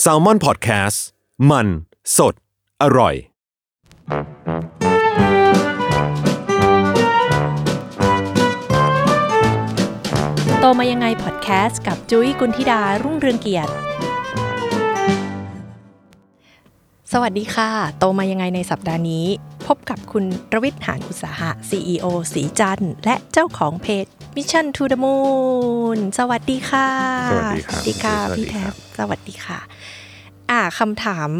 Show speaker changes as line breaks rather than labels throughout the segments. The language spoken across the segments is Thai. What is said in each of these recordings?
แซลมอนพอดแคสต์มันสดอร่อย
โตมายังไงพอดแคสต์กับจุ้ยกุลธิดารุ่งเรืองเกียรติ สวัสดีค่ะ โตมายังไงในสัปดาห์นี้ พบกับคุณระวิทย์หานอุตสาหะ CEO สีจันทร์และเจ้าของเพจ Mission to the Moon สวัสดีค่ะ
สวัสดีครับ
สวัสดีค่ะ
สวัสดี
พี่แท็
ครับ บ
สวัสดีค่ะ อ่าคำถาม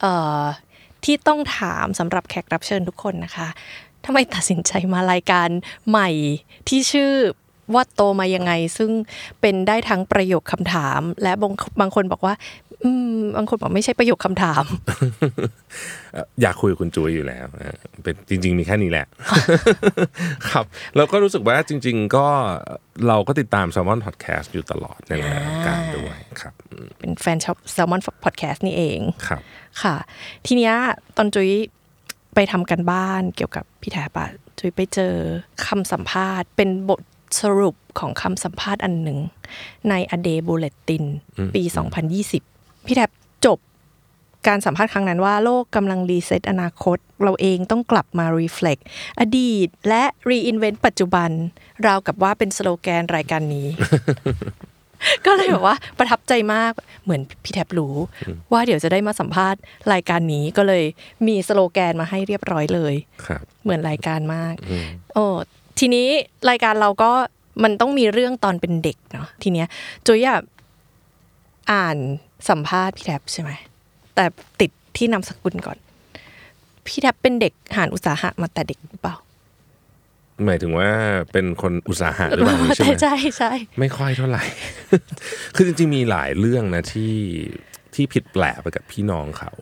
เอ่อที่ต้องถามสำหรับแขกรับเชิญทุกคนนะคะทำไมตัดสินใจมารายการใหม่ที่ชื่อว่าโตมายังไง ซึ่งเป็นได้ทั้งประโยคคำถาม และบางบางคนบอกว่า อืมบางคนบอกไม่ใช่ประโยคคำถาม
เอ่ออยากคุยกับคุณจุ้ยอยู่แล้วนะเป็นจริง ๆ มีแค่นี้แหละ ครับเราก็รู้สึกว่าจริง ๆ ก็เราก็ติดตามแซลมอนพอดแคสต์อยู่ตลอดในรายการด้วยครับอืม
เป็นแฟนชอบแซลมอนพอดแคสต์นี่เอง
ครับ
ค่ะ ทีเนี้ยตอนจุ้ยไปทำกันบ้านเกี่ยวกับพี่แทบอะจุ้ยไปเจอคำสัมภาษณ์ เป็นบทสรุปของคำสัมภาษณ์อันหนึ่ง ในอเดบูเลตินปี 2020 พี่แทบจบการสัมภาษณ์ครั้งนั้นว่าโลกกำลังรีเซ็ตอนาคต เราเองต้องกลับมา reflect อดีตและ reinvent ปัจจุบัน ราวกับว่าเป็นสโลแกนรายการนี้ ก็เลยแบบว่าประทับใจมากเหมือนพี่แทบรู้ ว่าเดี๋ยวจะได้มาสัมภาษณ์รายการนี้ก็เลยมีสโลแกนมาให้เรียบร้อยเลย
ครับ
เหมือนรายการมาก โอ้ทีนี้รายการเราก็มันต้องมีเรื่องตอนเป็นเด็กเนาะทีเนี้ยจุยอะอ่านสัมภาษณ์พี่แทบใช่ไหมแต่ติดที่นามสกุลก่อน พี่แทบเป็นเด็กหานอุตสาหะมาแต่เด็กหรือเปล่า
หมายถึงว่าเป็นคนอุตสาหะหรือเปล่าใช่ไหม
ใช่ใช่
ไม่ค่อยเท่าไหร่ คือจริงๆมีหลายเรื่องนะที่ที่ผิดแปลกไปกับพี่น้องเขา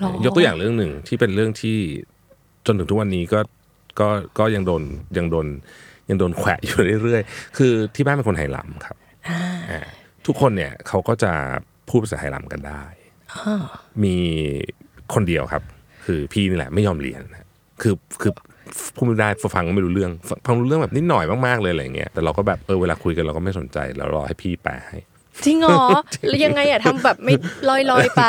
หรอ
ยกตัวอย่างเรื่องหนึ่งที่เป็นเรื่องที่จนถึงทุกวันนี้ก็ก็ก็ยังโดนยังโดนยังโดนแขวะอยู่เรื่อยๆ คือที่บ้านเป็นคนไหหลำครับอ่าทุกคนเนี่ยเขาก็จะพูดภาษาไหหลำกันได้ มีคนเดียวครับ คือพี่นี่แหละไม่ยอมเรียนนะคือคือพูดไม่ได้ฟังไม่รู้เรื่องฟังฟังรู้เรื่องแบบนิดหน่อยมากๆเลยอะไรเงี้ยแต่เราก็แบบเออเวลาคุยกันเราก็ไม่สนใจเรารอให้พี่แปลให้
จริงเหรอแล้วยังไงอะทำแบบ ไม่ลอยลอยๆไป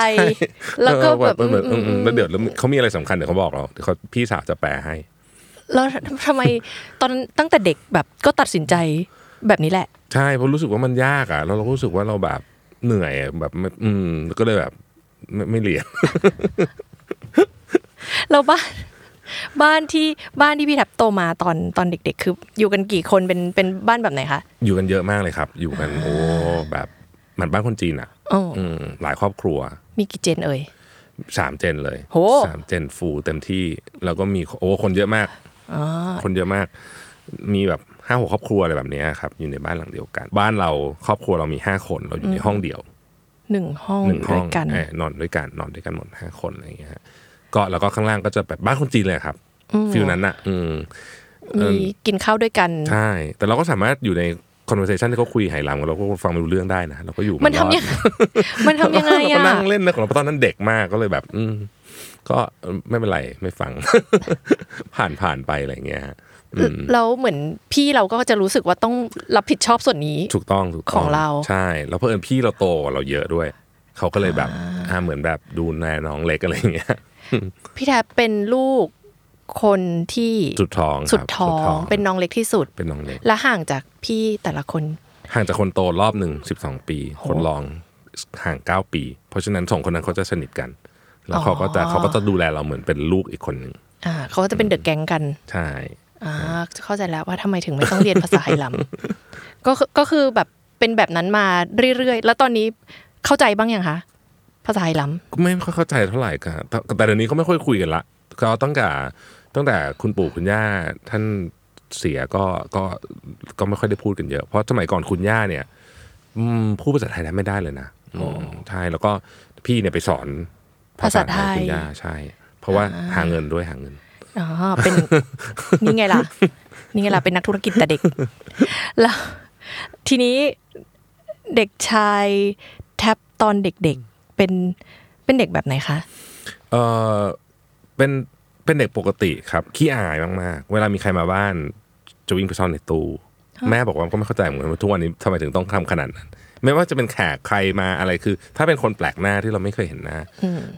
แล้วก็แบบ
เออเหมือน
อืม
อืมแล้วเดี๋ยวแล้วเขามีอะไรสำคัญเดี๋ยวเขาบอกเราเดี๋ยวเขาพี่สาวจะแปลให้
แล้วทำไมตอนตั้งแต่เด็กแบบก็ตัดสินใจแบบนี้แหละ
ใช่เพราะรู้สึกว่ามันยากอ่ะแล้วเราก็รู้สึกว่าเราแบบเหนื่อยอะแบบไม่อืมก็เลยแบบไม่ไม่เรียน
เราบ้าน บ้านที่บ้านที่พี่แท็บโตมาตอนตอนเด็ก ๆ คือ อยู่กันกี่คนเป็นเป็นบ้านแบบไหนคะ
อยู่กันเยอะมากเลยครับ อยู่กันโอ้แบบเหมือนบ้านคนจีนอ่ะ
อ๋อ
อืมหลายครอบครัว
มีกี่เจนเอ่ย
สามเจนเลย
โห
สามเจนฟูลเต็มที่แล้วก็มีโอ้คนเยอะมากคนเยอะมาก มีแบบห้าหกครอบครัวอะไรแบบเนี้ยครับ อยู่ในบ้านหลังเดียวกัน บ้านเราครอบครัวเรามีห้าคนเราอยู่ในห้องเดียว
หนึ่งห้อง
หนึ่ง
ด้
ห้
ว
อย ง
กัน
เอ่อนอนด้วยกันนอนด้วยกันหมดห้าคนอะไรอย่างเงี้ยฮะก็แล้วก็ข้างล่างก็จะแบบบ้านคนจีนเลยครับฟิลนั้นอ่ะ อืม เอิ่ม
มีกินข้าวด้วยกัน
ใช่ แต่เราก็สามารถอยู่ใน conversation ที่เขาคุยไหหลำกันเราก็ฟังไม่รู้เรื่องได้นะเราก็อยู่
มันทำยัง มันทำยังไง
เราก็
อ่ะ
นั่งเล่นนะของเราเพราะตอนนั้นเด็กมากก็เลยแบบ อืม ก็ไม่เป็นไรไม่ฟัง ผ่านผ่านไปอะไรอย่างเงี้ยฮะอืม
แล้วเหมือนพี่เราก็จะรู้สึกว่าต้องรับผิดชอบส่วนนี้
ถูกต้องถูกต้
ของเรา
ใช่แล้วเพอเอิญพี่เราโตกว่าเราเยอะด้วย เขาก็เลยแบบอ่าเหมือนแบบดูแลน้องเล็กอะไรอย่างเงี้ย
พี่แท็บเป็นลูกคนที่
สุดท้อง
สุด
ครับ
ท้องเป็นน้องเล็กที่สุด
เป็นน้องเล็ก
และห่างจากพี่แต่ละคน
ห่างจากคนโตรอบหนึ่งสิบสองปี คนรอง ห่างเก้าปี เพราะฉะนั้นสองคนนั้นเขาจะสนิทกัน แล้วเขาก็จะเขาก็จะดูแลเราเหมือนเป็นลูกอีกคนหนึ่ง
อ่าเขาก็จะเป็นเดอะแก๊งกัน
ใช่
อ่าเข้าใจแล้วว่าทำไมถึงไม่ต้องเรียนภาษาไฮลัม ก็คือก็คือแบบเป็นแบบนั้นมาเรื่อยๆ แล้วตอนนี้เข้าใจบ้างยังคะภาษาไฮลัม
ก็ไม่ค่อยเข้าใจเท่าไหร่ค่ะแต่แต่เดี๋ยวนี้ก็ไม่ค่อยคุยกันละก็ตั้งแต่ตั้งแต่คุณปู่คุณย่าท่านเสียก็ก็ก็ไม่ค่อยได้พูดกันเยอะ เพราะสมัยก่อนคุณย่าเนี่ยอืมพูดภาษาไทยได้ไม่ได้เลยนะมใช่แล้วก็พี่เนี่ยไปสอน
ภาษาไทย
คุณย่าใช่ เพราะว่าหาเงินด้วยหาเงิน
อ๋อเป็น นี่ไงล่ะ นี่ไงล่ะ เป็นนักธุรกิจ แต่เด็ก แล้ว ทีนี้เด็กชายแท็บตอนเด็กๆ เป็นเป็นเด็กแบบไหนคะ
เออเป็นเป็นเด็กปกติครับขี้อายมากๆ เวลามีใครมาบ้านจะวิ่งไปซ่อนในตู้แม่บอกว่าก็ไม่เข้าใจเหมือนกันว่าทุกวันนี้ทำไมถึงต้องทำขนาดนั้น ไม่ว่าจะเป็นแขกใครมาอะไรคือ ถ้าเป็นคนแปลกหน้าที่เราไม่เคยเห็นหน้า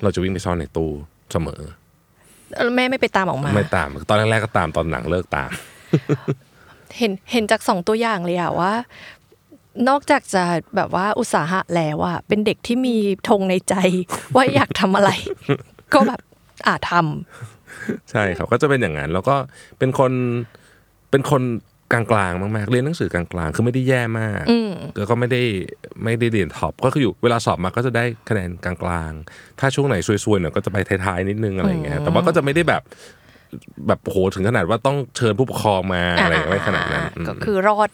เราจะวิ่งไปซ่อนในตู้เสมอ
แล้วแม่ไม่ไปตามออกมา
ไม่ตาม ตอนแรกๆก็ตามตอนหลังเลิกตาม
เห็นเห็นจากสองตัวอย่างเลยอะว่า นอกจากจะแบบว่าอุตสาหะแล้วอะเป็นเด็กที่มีธงในใจ ว่าอยากทำอะไร ก็แบบอาท
ใช่ครับก็จะเป็นอย่างนั้นแล้วก็เป็นคนเป็นคนกลางๆมากๆเรียนหนังสือกลางๆคือไม่ได้แย่มากแล้วก็ไม่ได้ไม่ได้เรียนท็อปก็คืออยู่เวลาสอบมาก็จะได้คะแนนกลางๆ ถ้าช่วงไหนซวยๆหน่อยก็จะไปท้ายๆนิดนึงอะไรอย่างเงี้ยแต่ว่าก็จะไม่ได้แบบแบบโอ้โหถึงขนาดว่าต้องเชิญผู้ปกครองมา
ำ
อะไรไม่ขนาดนั้นอืม
ก็คือรอด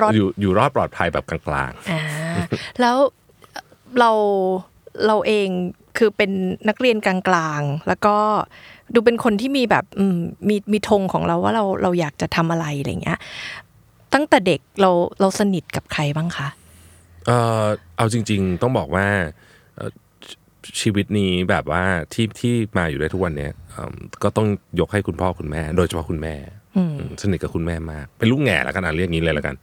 รอด
อยู่อยู่รอดปลอดภัยแบบกลาง
อ่าแล้วเราเราเองคือเป็นนักเรียนกลางๆ แล้วก็ดูเป็นคนที่มีแบบอืมมีมีธงของเราว่าเราเราอยากจะทำอะไรอะไรเงี้ยตั้งแต่เด็กเราเราสนิทกับใครบ้างคะ
ๆเออเอาจริง ๆ ต้องบอกว่าเอ่อชีวิตนี้แบบว่าที่ที่มาอยู่ได้ทุกวันเนี้ยเอิ่มก็ต้องยกให้คุณพ่อคุณแม่ โดยเฉพาะคุณแม่
อืม
อืมสนิทกับคุณแม่มาก เป็นลูกแง่ละกันอ่ะเรียกงี้เลยละกัน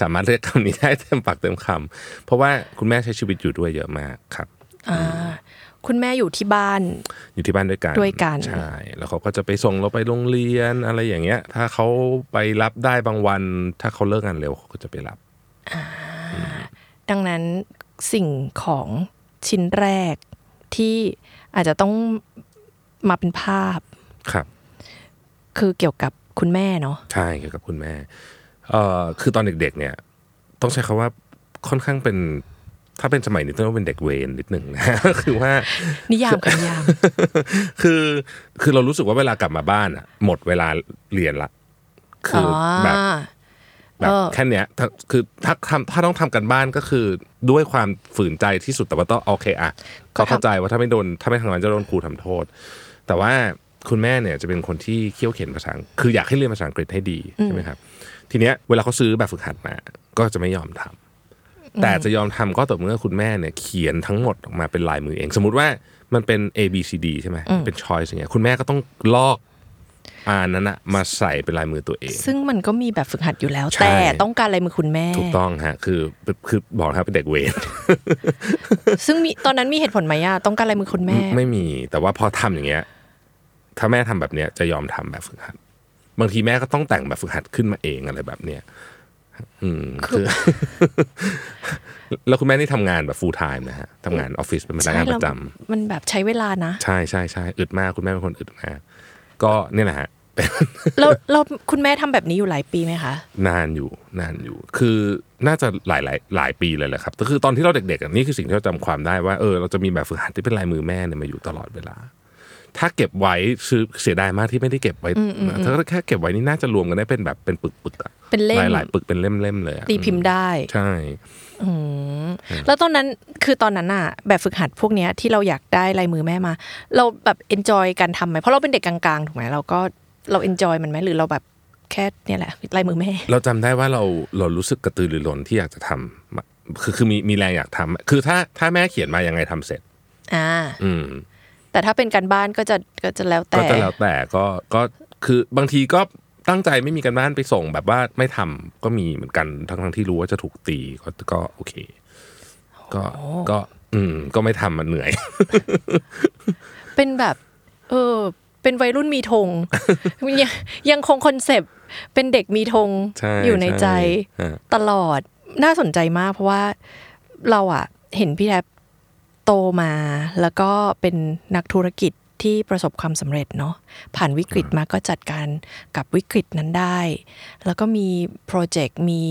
สามารถเรียกคำนี้ได้เต็มปากเต็มคำเพราะว่าคุณแม่ใช้ชีวิตอยู่ด้วยเยอะมากครับ
อ่าคุณแม่อยู่ที่บ้าน
อยู่ที่บ้านด้วยกัน
ด้วยกัน
ใช่แล้วเขาก็จะไปส่งเราไปโรงเรียนอะไรอย่างเงี้ย ถ้าเขาไปรับได้บางวัน ถ้าเขาเลิกงานเร็วเขาก็จะไปรับ
ดังนั้นสิ่งของชิ้นแรกที่อาจจะต้องมาเป็นภาพ
ครับ
คือเกี่ยวกับคุณแม่เนาะ
ใช่เกี่ยวกับคุณแม่เอ่อคือตอนเด็กๆเนี่ย ต้องใช้คำว่าค่อนข้างเป็น ถ้าเป็นสมัยนี้ต้องเรียกว่าเป็นเด็กเวรนิดหนึ่งนะ คือว่า
นิยามกับนิยาม
คือคือเรารู้สึกว่าเวลากลับมาบ้านอะหมดเวลาเรียนละ คืออแบบแบบ
เออ
แค่เนี้ยถ้าคือถ้าทำถ้าต้องทำกันบ้านก็คือด้วยความฝืนใจที่สุดแต่ว่าต้องโอเคอะเขาเข้าใจว่าถ้าไม่โดนถ้าไม่ทำงานจะโดนครูทำโทษ แต่ว่าคุณแม่เนี่ยจะเป็นคนที่เขี้ยวเข็นภาษาอังกฤษคืออยากให้เรียนภาษาอังกฤษให้ดีใช่ไหมครับ ทีเนี้ยเวลาเขาซื้อแบบฝึกหัดมา ก็จะไม่ยอมทำ แต่จะยอมทำก็ต่อเมื่อคุณแม่เนี่ยเขียนทั้งหมดออกมาเป็นลายมือเอง สมมติว่ามันเป็น A B C D ใช่ไหมเป็น choice อย่างเงี้ยคุณแม่ก็ต้องลอกอ่านนั้นอะมาใส่เป็นลายมือตัวเอง
ซึ่งมันก็มีแบบฝึกหัดอยู่แล้ว
ใช่
แต่ต้องการอะไรมือคุณแม่
ถูกต้องฮะคือคือบอกนะครับเป็นเด็กเวร
ซึ่งมีตอนนั้นมีเหตุผลไหมอะต้องการอะไรมือคุณแม่
ไม่มีแต่ว่าพอทำอย่างเงี้ย ถ้าแม่ทำแบบเนี้ยจะยอมทำแบบฝึกหัด บางทีแม่ก็ต้องแต่งแบบฝึกหัดขึ้นมาเองอะไรแบบเนี้ยอืมคือ แล้วคุณแม่นี่ทำงานแบบ full time นะฮะทำงานออฟฟิศเป็นพนักงานประจำ
มันแบบใช้เวลา นะ
ใช่ใช่ใช่อึดมากคุณแม่เป็นคนอึดมากก็เนี่ยแหละฮะ เป็น
แล้วแล้วคุณแม่ทำแบบนี้อยู่หลายปีไหมคะ
นานอยู่นานอยู่ คือน่าจะหลายหลายหลายปีเลยแหละครับแต่คือตอนที่เราเด็กๆอ่ะนี่คือสิ่งที่เราจำความได้ว่าเออเราจะมีแบบฝึกหัดที่เป็นลายมือแม่เนี่ยมาอยู่ตลอดเวลา ถ้าเก็บไว้ซื้อเสียดายมากที่ไม่ได้เก็บไว้ถ้าแค่เก็บไว้นี่น่าจะรวมกันได้เป็นแบบเป็นปึกๆอ่ะ
เป็นเล่ม
หลายหลายๆปึกเป็นเล่มๆเลยอ่ะ
ตีพิมพ์ได้
ใช่
แล้วตอนนั้นคือตอนนั้นอะแบบฝึกหัดพวกเนี้ยที่เราอยากได้ลายมือแม่มา เราแบบเอนจอยการทำไหมเพราะเราเป็นเด็กกลางๆถูกไหมเราก็เราเอนจอยมันไหมหรือเราแบบแค่เนี่ยแหละลายมือแม่
เราจำได้ว่าเราเรารู้สึกกระตือรือร้นที่อยากจะทำคือคือมีมีแรงอยากทำคือถ้าถ้าแม่เขียนมายังไงทำเสร็จ
อ่า
อืม
แต่ถ้าเป็นการบ้านก็จะก็จะแล้วแต่
ก็จะแล้วแต่ก็ก็คือบางทีก็ตั้งใจไม่มีกันบ้านไปส่งแบบว่าไม่ทำก็มีเหมือนกันทั้งทั้งๆที่รู้ว่าจะถูกตีก็ก็โอเค ก็ก็ อืม ก็ไม่ทำมันเหนื่อย
เป็นแบบ เออ เป็นวัยรุ่นมีธ ง ยังยังคงคอนเซปต์เป็นเด็กมีธง
ใช่
อยู่ในใจ
ใช่ฮะ
ตลอดน่าสนใจมากเพราะว่าเราอะ เห็นพี่แทบโตมา แล้วก็เป็นนักธุรกิจที่ประสบความสำเร็จเนาะผ่านวิกฤตมาก็จัดการกับวิกฤตนั้นได้ แล้วก็มีโปรเจกต์มี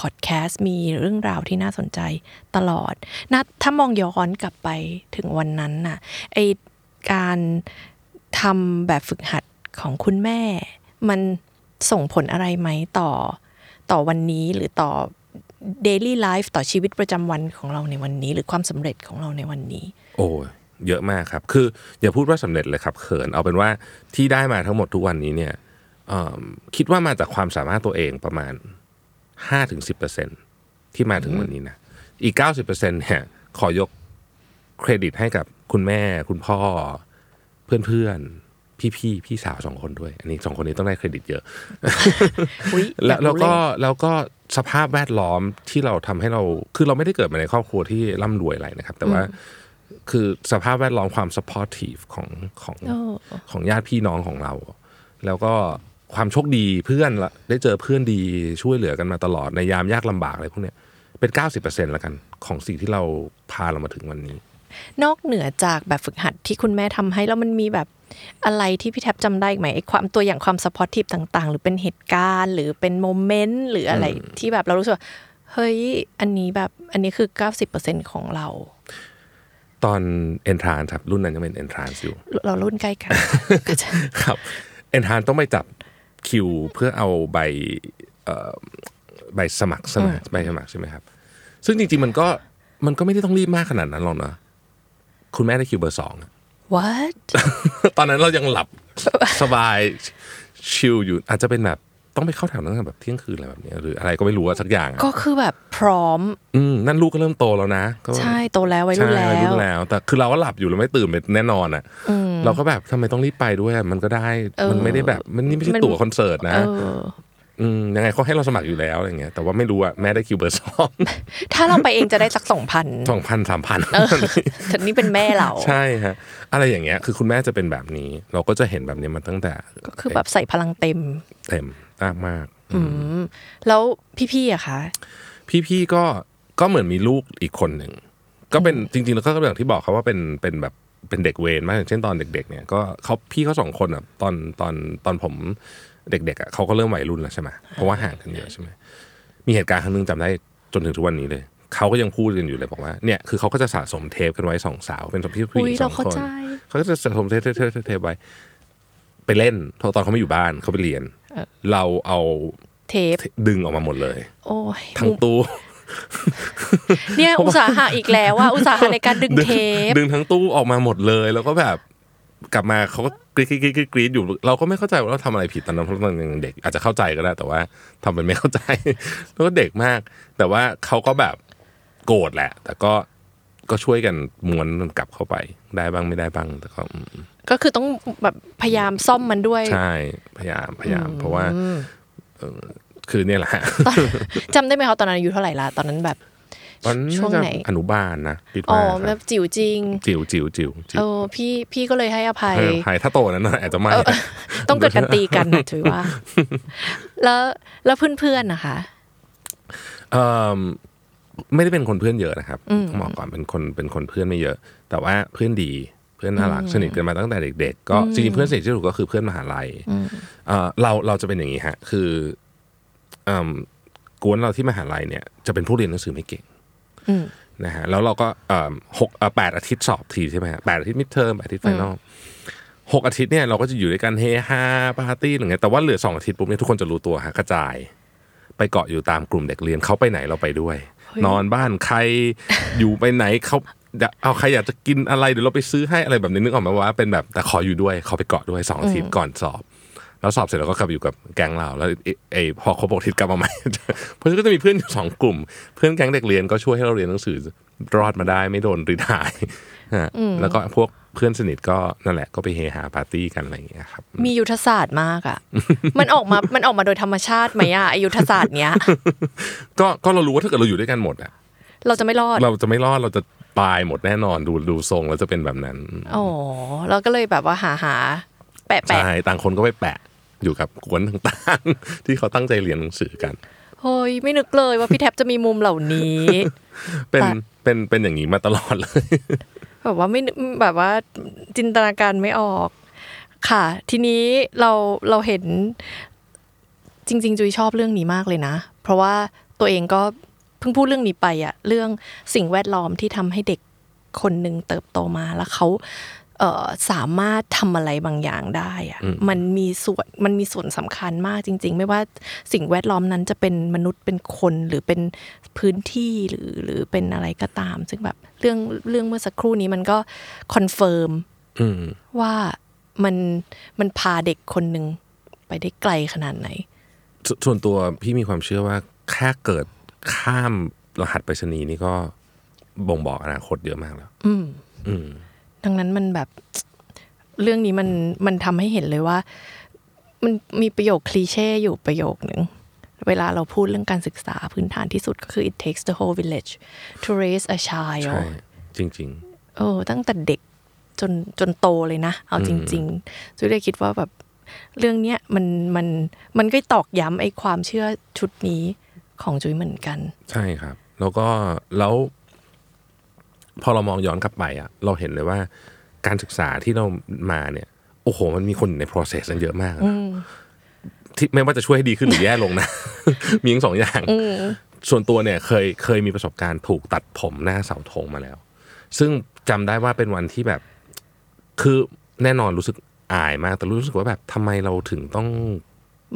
พอดแคสต์มีเรื่องราวที่น่าสนใจตลอดนะถ้ามองย้อนกลับไปถึงวันนั้นน่ะไอการทำแบบฝึกหัดของคุณแม่ มันส่งผลอะไรไหมต่อ ต่อวันนี้หรือต่อ daily life ต่อชีวิตประจำวันของเราในวันนี้ หรือความสำเร็จของเราในวันนี้
โอ้ยเยอะมากครับ คืออย่าพูดว่าสำเร็จเลยครับเขินเอาเป็นว่าที่ได้มาทั้งหมดทุกวันนี้เนี่ยเอิ่มคิดว่ามาจากความสามารถตัวเองประมาณห้าถึงสิบเปอร์เซ็นที่มาถึงวันนี้นะอีกเก้าสิบเปอร์เซ็นเนี่ยขอยกเครดิตให้กับคุณแม่ คุณพ่อ เพื่อนเพื่อนพี่พี่ๆพี่สาวสองคนด้วย อันนี้สองคนนี้ต้องได้เครดิตเยอะ
อุ๊ย
แล้ว
อยา
แล้ว
รู้
ก็
เย
แล้วก็สภาพแวดล้อมที่เราทำให้เราคือเราไม่ได้เกิดมาในครอบครัวที่ร่ำรวยอะไรนะครับ แต่ว่าคือสภาพแวดล้อมความ supportive ของของ
โอ้
ของญาติพี่น้องของเรา แล้วก็ความโชคดีเพื่อนละได้เจอเพื่อนดีช่วยเหลือกันมาตลอดในยามยากลำบากอะไรพวกเนี้ยเป็น 90%แล้วกันของสิ่งที่เราพาเรามาถึงวันนี้
นอกเหนือจากแบบฝึกหัดที่คุณแม่ทำให้ แล้วมันมีแบบอะไรที่พี่แทบจำได้อีกไหมไอ้ความตัวอย่างความ supportive ต่าง ๆ หรือเป็นเหตุการณ์ หรือเป็นโมเมนต์หรืออะไรที่แบบเรารู้สึกว่าเฮ้ยอันนี้แบบอันนี้คือ 90%ของเรา
ตอน entrance ครับรุ่นนั้นยังเป็น entrance อยู่
เรารุ่นใกล้ กัน ก็จะ
ครับเอนทานต้องไปจับคิวเพื่อเอาใบเอ่อใบสมัครใช่ไหมใบสมัครใช่ไหมครับ ซึ่งจริงๆมันก็มันก็ไม่ได้ต้องรีบมากขนาดนั้นหรอกนะคุณแม่ได้คิวเบอร์สองอะ
what
ตอนนั้นเรายังห ลับสบายชิลอยู่ อาจจะเป็นแบบต้องไปเข้าแถวตั้งแต่แบบเที่ยงคืนอะไรแบบเนี้ยหรืออะไรก็ไม่รู้อะสักอย่างอะ
ก็คือแบบพร้อม
อืมนั่นลูกก็เริ่มโตแล้วนะก็
ใช่โตแล้ววัยรุ่น
ใช่
แล้
วัยรุ่
ว
นแล้ว แต่คือเราก็หลับอยู่เราไม่ตื่นเป็นแน่นอนอ่ะเราก็แบบทำไมต้องรีบไปด้วยอะมันก็ได้
เออ
มันไม่ได้แบบมันนี่ไม่ใช่
มัน
ตั๋วคอนเสิร์ตนะ
เออ
มยังไงเขาให้เราสมัครอยู่แล้วอะไรเงี้ยแต่ว่าไม่รู้อะแม่ได้คิวเบอร์สอง
ถ้าเราไปเองจะได้สักสองพัน
สองพันสามพัน
แต่นี่เป็นแม่เรา
ใช่ฮะอะไรอย่างเงี้ยคือคุณแม่จะเป็นแบบนี้ เราก็จะเห็นแบบนี้มาตั้งแต่
ก็คือแบบใส่พลังเต็ม
เต็มมากมาก
อืม แล้วพี่ๆอะคะ
พี่ๆก็ก็เหมือนมีลูกอีกคนหนึ่งก็เป็นจริงๆแล้วก็อย่างที่บอกเขาว่าเป็นเป็นแบบเป็นเด็กเวรมากอย่างเช่นตอนเด็ก ๆ เนี่ยก็เขาพี่เขาสองคนอ่ะตอนตอนตอนผม เด็กๆอ่ะเขาก็เริ่มวัยรุ่นแล้วใช่ไหมเพราะว่าห่างกันเยอะใช่ไหมมีเหตุการณ์ครั้งหนึงจำได้จนถึงทุกวันนี้เลยเขาก็ยังพูดกันอยู่เลยบอกว่าเนี่ยคือเขาก็จะสะสมเทปกันไว้สองสาวเป็นสมพี่ผู้ห
อุ๊
ญิ
ย
งสอง
เราเข้า
คน
ใจ
เขาก็จะสะสมเทปเทปเทปเทปเทปไว้ ไปเล่นตอนเขาไม่อยู่บ้านเขาไปเรียน เราเอา
เทป
ดึงออกมาหมดเลย
โอ้ย
ทั้งตู้
เนี่ยอุตสาหะอีกแล้วว่าอุตสาหะในการดึงเทป
ดึงทั้งตู้ออกมาหมดเลย แล้วก็แบบกลับมาเขาก็กรี๊ดกรี๊ดกรี๊ดกรี๊ดอยู่ เราก็ไม่เข้าใจว่าเราทำอะไรผิดตอนนั้นเพราะตอนยังเด็กอาจจะเข้าใจก็ได้แต่ว่าทำเป็นไม่เข้าใจ แล้วก็เด็กมาก แต่ว่าเขาก็แบบโกรธแหละ แต่ก็ก็ช่วยกันม้วนมันกลับเข้าไปได้บ้างไม่ได้บ้างแต่ก็อืม
ก็คือต้องแบบพยายามซ่อมมันด้วย
ใช่พยายามพยายาม เพราะว่าเอ่อคือเนี่ยแหละ
ตอน จำได้ไหมคะตอนนั้นอายุเท่าไหร่ละตอนนั้นแบบ
ตอน
ช่วงไหน
าจะอนุบาลนะคิด
อ๋อ
ว่าค
แบ
รับบ
จิ๋วจริง
จิ๋วจิ๋วจิ๋วจิ๋
เอ
ว
อพี่พี่ก็เลยให้อภัย
เออภัยถ้าโตกว่านั้นอาจจะไม่
เออ ต้องเกิดการตีกันน่ะถือว่า แล้วแล้วเพื่อนๆนะคะ
เอิ่มไม่ได้เป็นคนเพื่อนเยอะนะครับต้องบอกก่อนเป็นคนเป็นคนเพื่อนไม่เยอะ แต่ว่าเพื่อนดีเพื่อนน่ารักสนิทกันมาตั้งแต่เด็ก ๆ ก็จริงๆเพื่อนสนิทที่สุดก็คือเพื่อนมหาลัยเอ่อเราเราจะเป็นอย่างนี้ฮะ คือเอิ่มกวนเราที่มหาลัยเนี่ย จะเป็นผู้เรียนหนังสือไม่เก่งนะฮะแล้วเราก็เอิ่มหกเอ่อแปดอาทิตย์สอบทีใช่ไหมฮะแปดอาทิตย์มิดเทอมแปดอาทิตย์ไฟนอลหกอาทิตย์เนี่ยเราก็จะอยู่ด้วยกันเฮฮาปาร์ตี้อะไรเงี้ยแต่ว่าเหลือสองอาทิตย์ปุ๊บเนี่ยทุกคนจะรู้ตัวฮะกระจาย ไปเกาะอยู่ตามกลุ่มเด็กเรียนเขาไปไหนเราไปด้วย นอนบ้านใคร อยู่ไปไหนเขาเอาใครอยากจะกินอะไรเดี๋ยวเราไปซื้อให้อะไรแบบนี้นึกออกไหมว่าเป็นแบบแต่ขออยู่ด้วยขอไปเกาะด้วยสองอาทิตย์ก่อนสอบ แล้วสอบเสร็จเราก็กลับอยู่กับแก๊งเราแล้วไอ้ไอ้พอครบหกอาทิตย์กลับมาใหม่ เพราะฉะนั้นก็จะมีเพื่อนอยู่สองกลุ่ม เพื่อนแก๊งเด็กเรียนก็ช่วยให้เราเรียนหนังสือรอดมาได้ไม่โดนรีดหาย ฮะแล้วก็พวกเพื่อนสนิทก็นั่นแหละก็ไปเฮฮาปาร์ตี้กันอะไรอย่างเงี้ยครับ
มียุทธศาสตร์มากอะ มันออกมา มันออกมาโดยธรรมชาติไหมอะไอ้ยุทธศาสตร์เนี้ย
ก็ก็เรารู้ว่าถ้าเกิดเราอยู่ด้วยกันหมดอะ
เราจะไม่ รอด
เราจะไม่รอดเราจะตายหมดแน่นอนดูดูทรงเราจะเป็นแบบนั้น
อ๋อ เราก็เลยแบบว่าหาหาแปะแปะ
ใช่ต่างคนก็ไปแปะอยู่กับกวนต่างๆ ที่เขาตั้งใจเรียนหนังสือกัน
เฮ้ยไม่นึกเลยว่าพี่แท็บจะมีมุมเหล่านี้
เป็น
แต่
เป็นเป็นอย่างนี้มาตลอดเลย
แบบว่าไม่นึกแบบว่าจินตนาการไม่ออก ค่ะ ทีนี้เราเราเห็นจริง ๆ จุยชอบเรื่องนี้มากเลยนะ เพราะว่าตัวเองก็เพิ่งพูดเรื่องนี้ไปอะเรื่องสิ่งแวดล้อมที่ทำให้เด็กคนหนึ่งเติบโตมาแล้วเขาเอ่อสามารถทำอะไรบางอย่างได้อะมันมีส่วนมันมีส่วนสำคัญมากจริง ๆ ไม่ว่าสิ่งแวดล้อมนั้นจะเป็นมนุษย์เป็นคนหรือเป็นพื้นที่หรือหรือเป็นอะไรก็ตาม ซึ่งแบบเรื่องเรื่องเมื่อสักครู่นี้มันก็คอนเฟิร์ม
อืม
ว่ามันมันพาเด็กคนหนึ่งไปได้ไกลขนาดไหน
สส่วนตัวพี่มีความเชื่อว่าแค่เกิดข้ามรหัสไปรษณีย์นี่ก็บ่งบอกอนาคตเยอะมากแล้ว
อืม
อืม
ดังนั้นมันแบบ เรื่องนี้มันมันทำให้เห็นเลยว่า มันมีประโยคคลีเช่อยู่ประโยคหนึ่ง เวลาเราพูดเรื่องการศึกษาพื้นฐานที่สุดก็คือ it takes the whole village to raise a
ใช่
child
จริง
โอ้ตั้งแต่เด็กจนจนโตเลยนะ เอาจริงๆจุยเลยคิดว่าแบบเรื่องเนี้ยมันมันมันก็ตอกย้ำไอ้ความเชื่อชุดนี้ของจุยเหมือนกัน
ๆ ใช่ครับ แล้วก็แล้ว พอเรามองย้อนกลับไปอะเราเห็นเลยว่าการศึกษาที่เรามาเนี่ย โอ้โห มันมีคนอยู่ใน process นั้นเยอะมากนะที่ไม่ว่าจะช่วยให้ดีขึ้นหรือแย่ลงนะ มีทั้งสองอย่าง ส่วนตัวเนี่ยเคยเคยมีประสบการณ์ถูกตัดผมหน้าเสาธงมาแล้ว ซึ่งจำได้ว่าเป็นวันที่แบบ คือแน่นอนรู้สึกอายมาก แต่รู้สึกว่าแบบทำไมเราถึงต้อง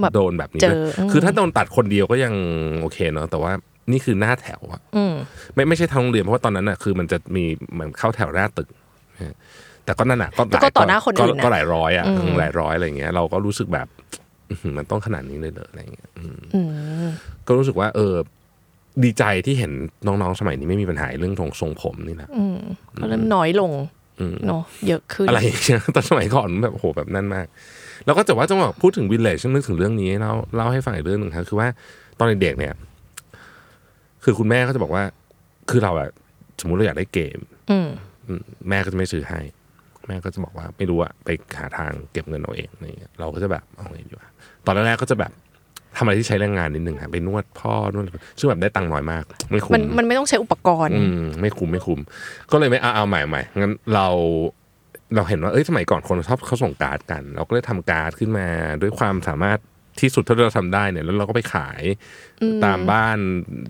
แบบ
โดนแบบนี้
เจอ
ด้วย
อืม
คือถ้าโดนตัดคนเดียวก็ยังโอเคเนาะแต่ว่านี่คือหน้าแถวอะ
อืม
ไม่ไม่ใช่ทางโรงเรียนเพราะว่าตอนนั้นน่ะคือมันจะมีเหมือนเข้าแถวหน้าตึกนะฮะแต่ก็นั่นน่ะก็
แต่ก็ต่อหน้าคนอื่นน่ะ
ก็ก็หลายร้อยอ่ะ
อืม
หลายร้อยอะไรอย่างเงี้ยเราก็รู้สึกแบบ อื้อหือมันต้องขนาดนี้เลยเหรออะไรอย่างเงี้ยอืม
อืม
ก็รู้สึกว่า เออ ดีใจที่เห็นน้องๆสมัยนี้ไม่มีปัญหาเรื่องทรงทรงผมนี่แหละ
อืมก็เริ่มน้อยลง
อืม
เนาะเยอะขึ้น
อะไรอย่างเงี้ย ตอนสมัยก่อนแบบโอ้โหแบบนั่นมาก แล้วก็แต่ว่าจังหวะพูดถึงวิลเลจนึกถึงเรื่องนี้เล่าเล่าให้ฟังอีกเรื่องหนึ่งครับคือว่าตอนเด็กๆเนี่ย คือคุณแม่ก็จะบอกว่า คือเราอะสมมติเราอยากได้เกม
อืม
อืมแม่ก็จะไม่ซื้อให้ แม่ก็จะบอกว่าไม่รู้อะไปหาทางเก็บเงินเอาเองอะไรเงี้ยเราก็จะแบบเอาไงดีวะตอนแรกๆก็จะแบบทำอะไรที่ใช้แรงงานนิดนึงค่ะไปนวดพ่อนวดอะไรซึ่งแบบได้ตังค์น้อยมาก ไม่คุ้
มัน
ม
มันไม่ต้องใช้อุปกรณ์
อืมไม่คุ้มไม่คุ้มก็เลยไม่เอาเอาใหม่ใหม่งั้นเราเราเห็นว่าเอ้ยสมัยก่อนคนชอบเขาส่งการ์ดกัน เราก็เลยทำการ์ดขึ้นมาด้วยความสามารถที่สุดเท่าที่เราทำได้เนี่ย แล้วเราก็ไปขายตามบ้าน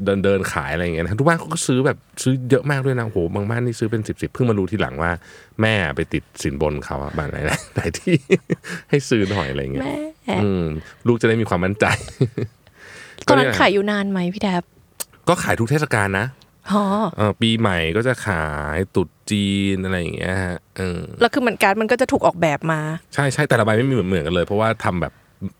เดินเดินขายอะไรอย่างเงี้ยนะทุกบ้านเขาก็ซื้อแบบซื้อเยอะมากด้วยนะโอ้โหบางบ้านนี่ซื้อเป็นสิบสิบเพิ่งมารู้ทีหลังว่า แม่ไปติดสินบนเขาอะ บ้านไหนไหนที่ ให้ซื้อหน่อยอะไรอย่างเงี้ย
แม่
อืมลูกจะได้มีความมั่นใจ
ตอนนั้น
ก็เนี่ย
ขายอยู่นานไหมพี่แทบ
ก็ขายทุกเทศกาลนะ
อ๋อ
เอ่อปีใหม่ก็จะขายตรุดจีนอะไรอย่างเงี้ยฮะเออ
แล้วคือมันการดมันก็จะถูกออกแบบมา
ใช่ใช่แต่ละใบไม่มีเหมือนๆกันเลย เพราะว่าทำแบบ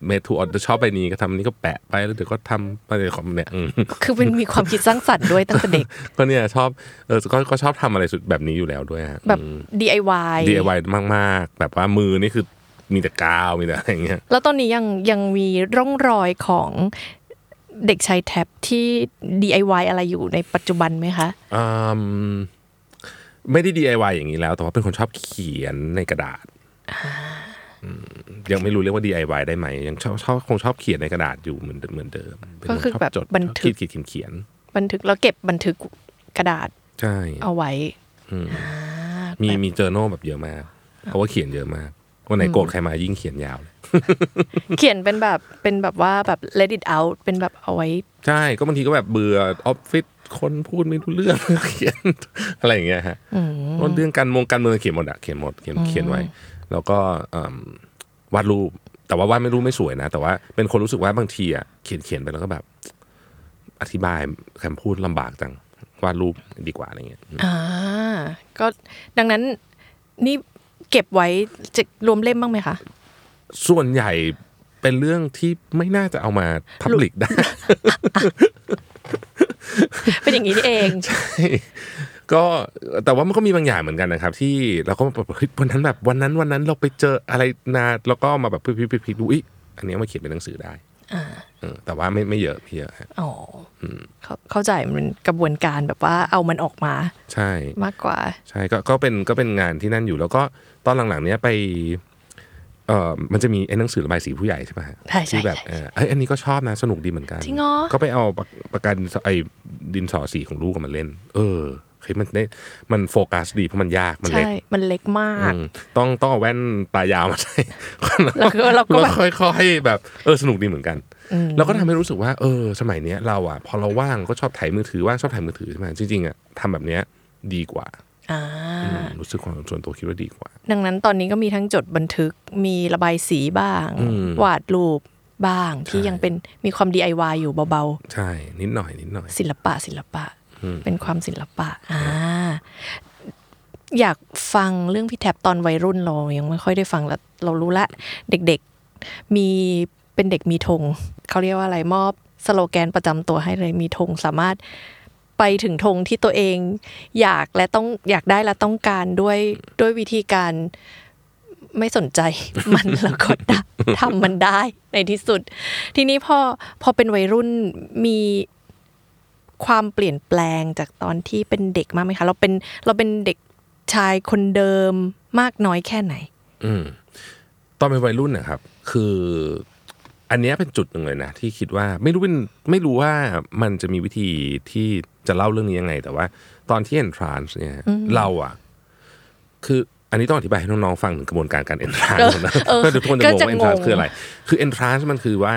เมทูออเดอร์ชอบใบนี้ก็ทำอันนี้ก็แปะไปแล้วเดี๋ยวก็ทำไปเลยของเนี่ยอืม
คือมันมีความคิดสร้างสรรค์ด้วยตั้งแต่เด็ ก
ก็เนี่ยชอบเออก็ก็ชอบทำอะไรสุดแบบนี้อยู่แล้วด้วยฮะ
แบบ
อืม
DIY
DIY มากๆ แบบว่ามือนี่คือมีแต่กาวมีแต่อะไรอย่างเงี้ย
แล้วตอนนี้ยังยังมีร่องรอยของเด็กชายแท็บที่ DIY อะไรอยู่ในปัจจุบันไหมคะ
อืมไม่ได้ DIY อย่างนี้แล้ว แต่ว่าเป็นคนชอบเขียนในกระดาษอืมยังไม่รู้เรียกว่า DIY ได้ไหมยังชอบชอบคงชอบเขียนในกระดาษอยู่เหมือนเหมือนเดิมเป็นน
ก็คือ
ช
แบบ
จด
บันทึก
ชอเขียนเขียนเขียน
บันทึกแล้วเก็บบันทึกกระดาษ
ใช่
เอาไว้
อืม
อ่า
มีมีเจอโนแบบเยอะมากเพราะว่าเขียนเยอะมากวันไหนโกรธใครมายิ่งเขียนยาวเลย
เขียนเป็นแบบเป็นแบบว่าแบบ let it out เป็นแบบเอาไว้
ใช่ก็บางทีก็แบบเบื่อออฟฟิศคนพูดไม่รู้เรื่อง เขียนอะไรอย่างเงี้ยฮะ
อืม
เรื่องการมงการเมืองเขียนหมดอะเขียนหมดเขียนเขียนไว้ แล้วก็เอิ่มวาดรูป แต่ว่าวาดไม่รูปไม่สวยนะ แต่ว่าเป็นคนรู้สึกว่าบางทีอะเขียนเขียนไปแล้วก็แบบ อธิบายคำพูดลำบากจังวาดรูปดีกว่าอะไรเงี้ย
อ่าก็ดังนั้นนี่เก็บไว้จะรวมเล่มบ้างไหมคะ
ส่วนใหญ่เป็นเรื่องที่ไม่น่าจะเอามาพับลิกได้
เป็นอย่างนี้นี่เอง
ก็แต่ว่ามันก็มีบางอย่างเหมือนกันนะครับ ที่เราก็แบบเฮ้ยวันนั้นแบบวันนั้นวันนั้นเราไปเจออะไรนาแล้วก็มาแบบพลิกๆๆๆดูอุ๊ยอันเนี้ยมาเขียนเป็นหนังสือได้เออแต่ว่าไม่ไม่เยอะไม่เยอะฮะ
อ๋ออเข้าเข้าใจมันเป็นกระบวนการแบบว่าเอามันออกมา
ใช่
มากกว่า
ใช่ก็ก็เป็นก็เป็นงานที่นั่นอยู่แล้วก็ตอนหลังๆ เนี้ยไป เออมันจะมีไอ้หนังสือระบายสีผู้ใหญ่ใช่ไหมฮะ
ใช่ใช่
ที่แบบ
ใช่
เออเอ้ยอันนี้ก็ชอบนะสนุกดีเหมือนกัน
จริงเหรอ
ก็ไปเอาปากปากกาดินสอไอ้ดินสอสีของลูกกมาเล่น เออเฮ้ยมันได้มันโฟกัสดีเพราะมันยากมันเล็
ใช่
ก
มันเล็กมาก
อืมต้องต้องเอาแว่นตายาวมาใช้
แล้วก็เราก็แบบ
ค่อยๆแบบเออสนุกดีเหมือนกันแล้วก็ทำให้รู้สึกว่าเออ สมัยเนี้ยเราอ่ะพอเราว่างก็ชอบถ่ายมือถือว่างชอบถ่ายมือถือใช่ไหมจริงๆอ่ะทำแบบเนี้ยดีกว่า
อ่า
อืมรู้สึกความส่วนตัวคิดว่าดีกว่า
ดังนั้นตอนนี้ก็มีทั้งจดบันทึกมีระบายสีบ้าง
อืม
วาดรูปบ้างที่ยังเป็นมีความ DIY อยู่เบา
ใช่นิดหน่อยนิดหน่อย
ๆ ศิลปะศิลปะ
อืม
เป็นความศิลปะอ่าอยากฟังเรื่องพี่แท็บตอนวัยรุ่นเรายังไม่ค่อยได้ฟังละเรารู้ละ เด็กๆมีเป็นเด็กมีธงเขาเรียกว่าอะไรมอบสโลแกนประจำตัวให้เลยมีธงสามารถไปถึงธงที่ตัวเอง อยากและต้องอยากได้และต้องการด้วยด้วยวิธีการ ไม่สนใจ มัน แล้วก็ทำทำมันได้ในที่สุด ทีนี้พอพอเป็นวัยรุ่นมีความเปลี่ยนแปลงจากตอนที่เป็นเด็กมากไหมคะ เราเป็นเราเป็นเด็กชายคนเดิมมากน้อยแค่ไหน
อืมตอนเป็นวัยรุ่นนะครับ คือ อันเนี้ยเป็นจุดหนึ่งเลยนะ ที่คิดว่าไม่รู้เป็นไม่รู้ว่ามันจะมีวิธีที่จะเล่าเรื่องนี้ยังไง แต่ว่า ตอนที่เอนทรานส์เนี่ยเราอะคืออันนี้ต้องอธิบายให้น้องๆฟังถึงกระบวนการการเอนทรานส์นะเพื่อทุกคนจะงงว่าเอนทราน
ก็จะง
ส์
ง
คืออะไร คือเอนทรานส์มันคือว่า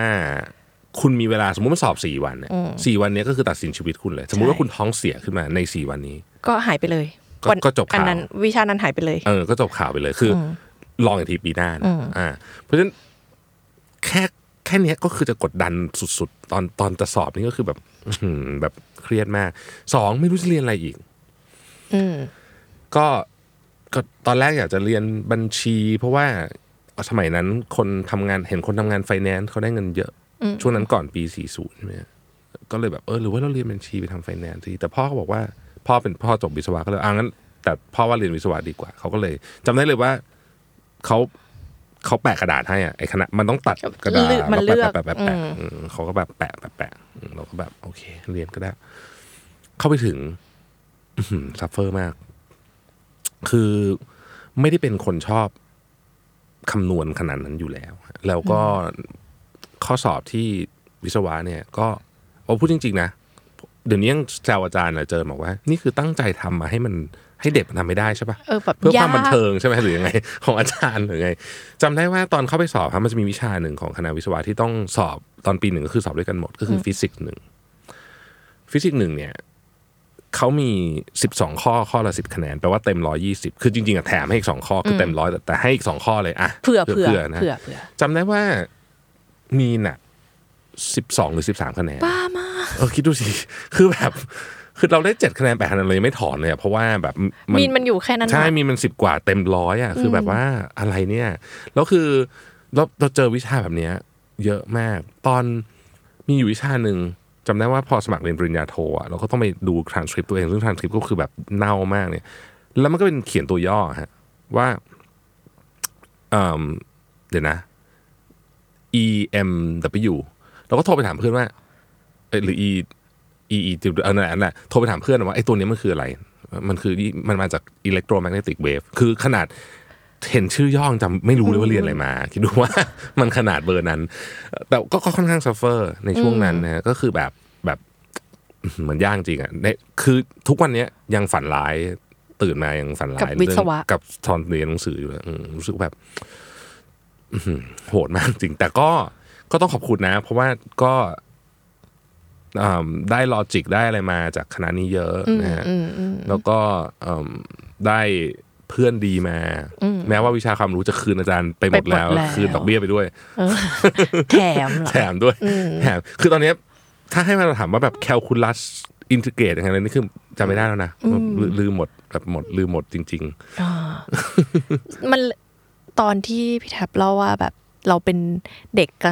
คุณมีเวลาสมมติมันสอบสี่วันเนี่ยสี่วันเนี้ยก็คือตัดสินชีวิตคุณเลย สมมติว่าคุณท้องเสียขึ้นมาในสี่วันนี้
ก็หายไปเลย
ก็
วัน
ก็จบข่าว
อันนั้นวิชานั้นหายไปเลย
เออ ก็จบข่าวไปเลย คืออลองอีกทีปีหน้านะอ่า เพราะฉะนั้นแค่แค่เนี้ยก็คือจะกดดันสุดๆ ตอนตอนจะสอบนี่ก็คือแบบ อื้อหือแบบเครียดมาก สองไม่รู้จะเรียนอะไรอีก
อืม
ก็ก็ตอนแรกอยากจะเรียนบัญชี เพราะว่าสมัยนั้นคนทำงานเห็นคนทำงานไฟแนนซ์เขาได้เงินเยอะ ช่วงนั้นก่อนปี 40ใช่ไหมฮะก็เลยแบบเออหรือว่าเราเรียนบัญชีไปทำไฟแนนซ์ดีแต่พ่อเขาบอกว่าพ่อเป็นพ่อจบวิศวะก็เลยอ่างั้น แต่พ่อว่าเรียนวิศวะดีกว่า เขาก็เลยจำได้เลยว่าเขาเขาแปะกระดาษให้อ่ะไอ้คณะมันต้องตัดกระดาษ
เลือกมันเลือก
แปะแปะแปะแปะอืมเขาก็แบบแปะแปะแปะอืมเราก็แบบโอเค เรียนก็ได้ เข้าไปถึง ซัฟเฟอร์มาก คือไม่ได้เป็นคนชอบคำนวณขนาดนั้นอยู่แล้ว แล้วก็ข้อสอบที่วิศวะเนี่ย ก็เอาพูดจริง ๆ นะ เดี๋ยวนี้ยังแซวอาจารย์เลยเจอบอกว่า นี่คือตั้งใจทำมาให้มันให้เด็กมันทำไม่ได้ใช่ปะ
เออแบบ
เพื่อความ
ยก
บันเทิงใช่ไหมหรือยังไง ของอาจารย์หรือไงจำได้ว่าตอนเข้าไปสอบครับมันจะมีวิชาหนึ่งของคณะวิศวะที่ต้องสอบตอนปีหนึ่งก็คือสอบด้วยกันหมด ก็คือฟิสิกส์หนึ่งฟิสิกส์หนึ่งเนี่ยเขามีสิบสองข้อข้อละสิบคะแนนแปลว่าเต็มร้อยี่สิบคือจริงๆอะแถมให้อีกสองข้อคือเต็มร้อยแต่ให้อีกสองข้อเลยอะ
เผื่อเผื่อ
นะ
เผื่อเผื่อ
จำได้ว่ามีน่ะสิบสองหรือสิบสามคะแนน
บ้ามาก
เออคิดดูสิ คือแบบ คือเราได้เจ็ดคะแนนแปดคะแนนเลยงไม่ถอนเลยอะเพราะว่าแบบ
มีนมันอยู่แค่นั้น
ใช่
อะ
มีนมันสิบกว่าเต็มร้อยอ่ะ คือแบบว่าอะไรเนี่ย แล้วคือเราเราเจอวิชาแบบเนี้ย เยอะมาก ตอนมีอยู่วิชาหนึ่งจำได้ว่าพอสมัครเรียนปริญญาโทอ่ะเราก็ต้องไปดูทรานสคริปต์ตัวเอง ซึ่งทรานสคริปต์ก็คือแบบเน่ามากเนี่ย แล้วมันก็เป็นเขียนตัวย่อฮะว่าเอิ่มเดี๋ยวนะ E M W เราก็โทรไปถามเพื่อนว่าเอ้ยหรือ E E E จุดอันนั้นอันนั้นโทรไปถามเพื่อนว่าไอ้ตัวนี้มันคืออะไร มันคือมันมาจากอิเล็กโทรแมกเนติกเวฟคือขนาดเห็นชื่อย่อยังจำไม่รู้เลยว่าเรียนอะไรมา คิดดูว่า มันขนาดเบอร์นั้น แต่ก็ก็ค่อนข้างซัฟเฟอร์ในช่วงนั้นนะฮะก็คือแบบแบบ เหมือนย่างจริงอ่ะในคือทุกวันเนี้ยยังฝันร้ายตื่นมายังฝันร้าย
กับวิศวะ
เรื่องกับตอนเรียนหนังสืออยู่เลยอืมรู้สึกแบบ อื้อหือโหดมากจริง แต่ก็ก็ต้องขอบคุณนะ เพราะว่าก็อืมได้ลอจิกได้อะไรมาจากคณะนี้เยอะนะฮะแล้วก็อืมได้เพื่อนดีมา แม้ว่าวิชาความรู้จะคืนอาจารย์ไปหมด
ไปหมด
แล้ว
แล้ว
คืนดอกเบี้ยไปด้วย
แถมเหรอ
แถมด้วยแถมคือตอนเนี้ยถ้าให้มาถามว่าแบบแคลคูลัสอินทิเกรตยังไงเลยนี่คือจำไม่ได้แล้วนะลืมลืมหมดแบบหมดลืมหมดจริง
มันตอนที่พี่แท็บเล่าว่าแบบเราเป็นเด็กกล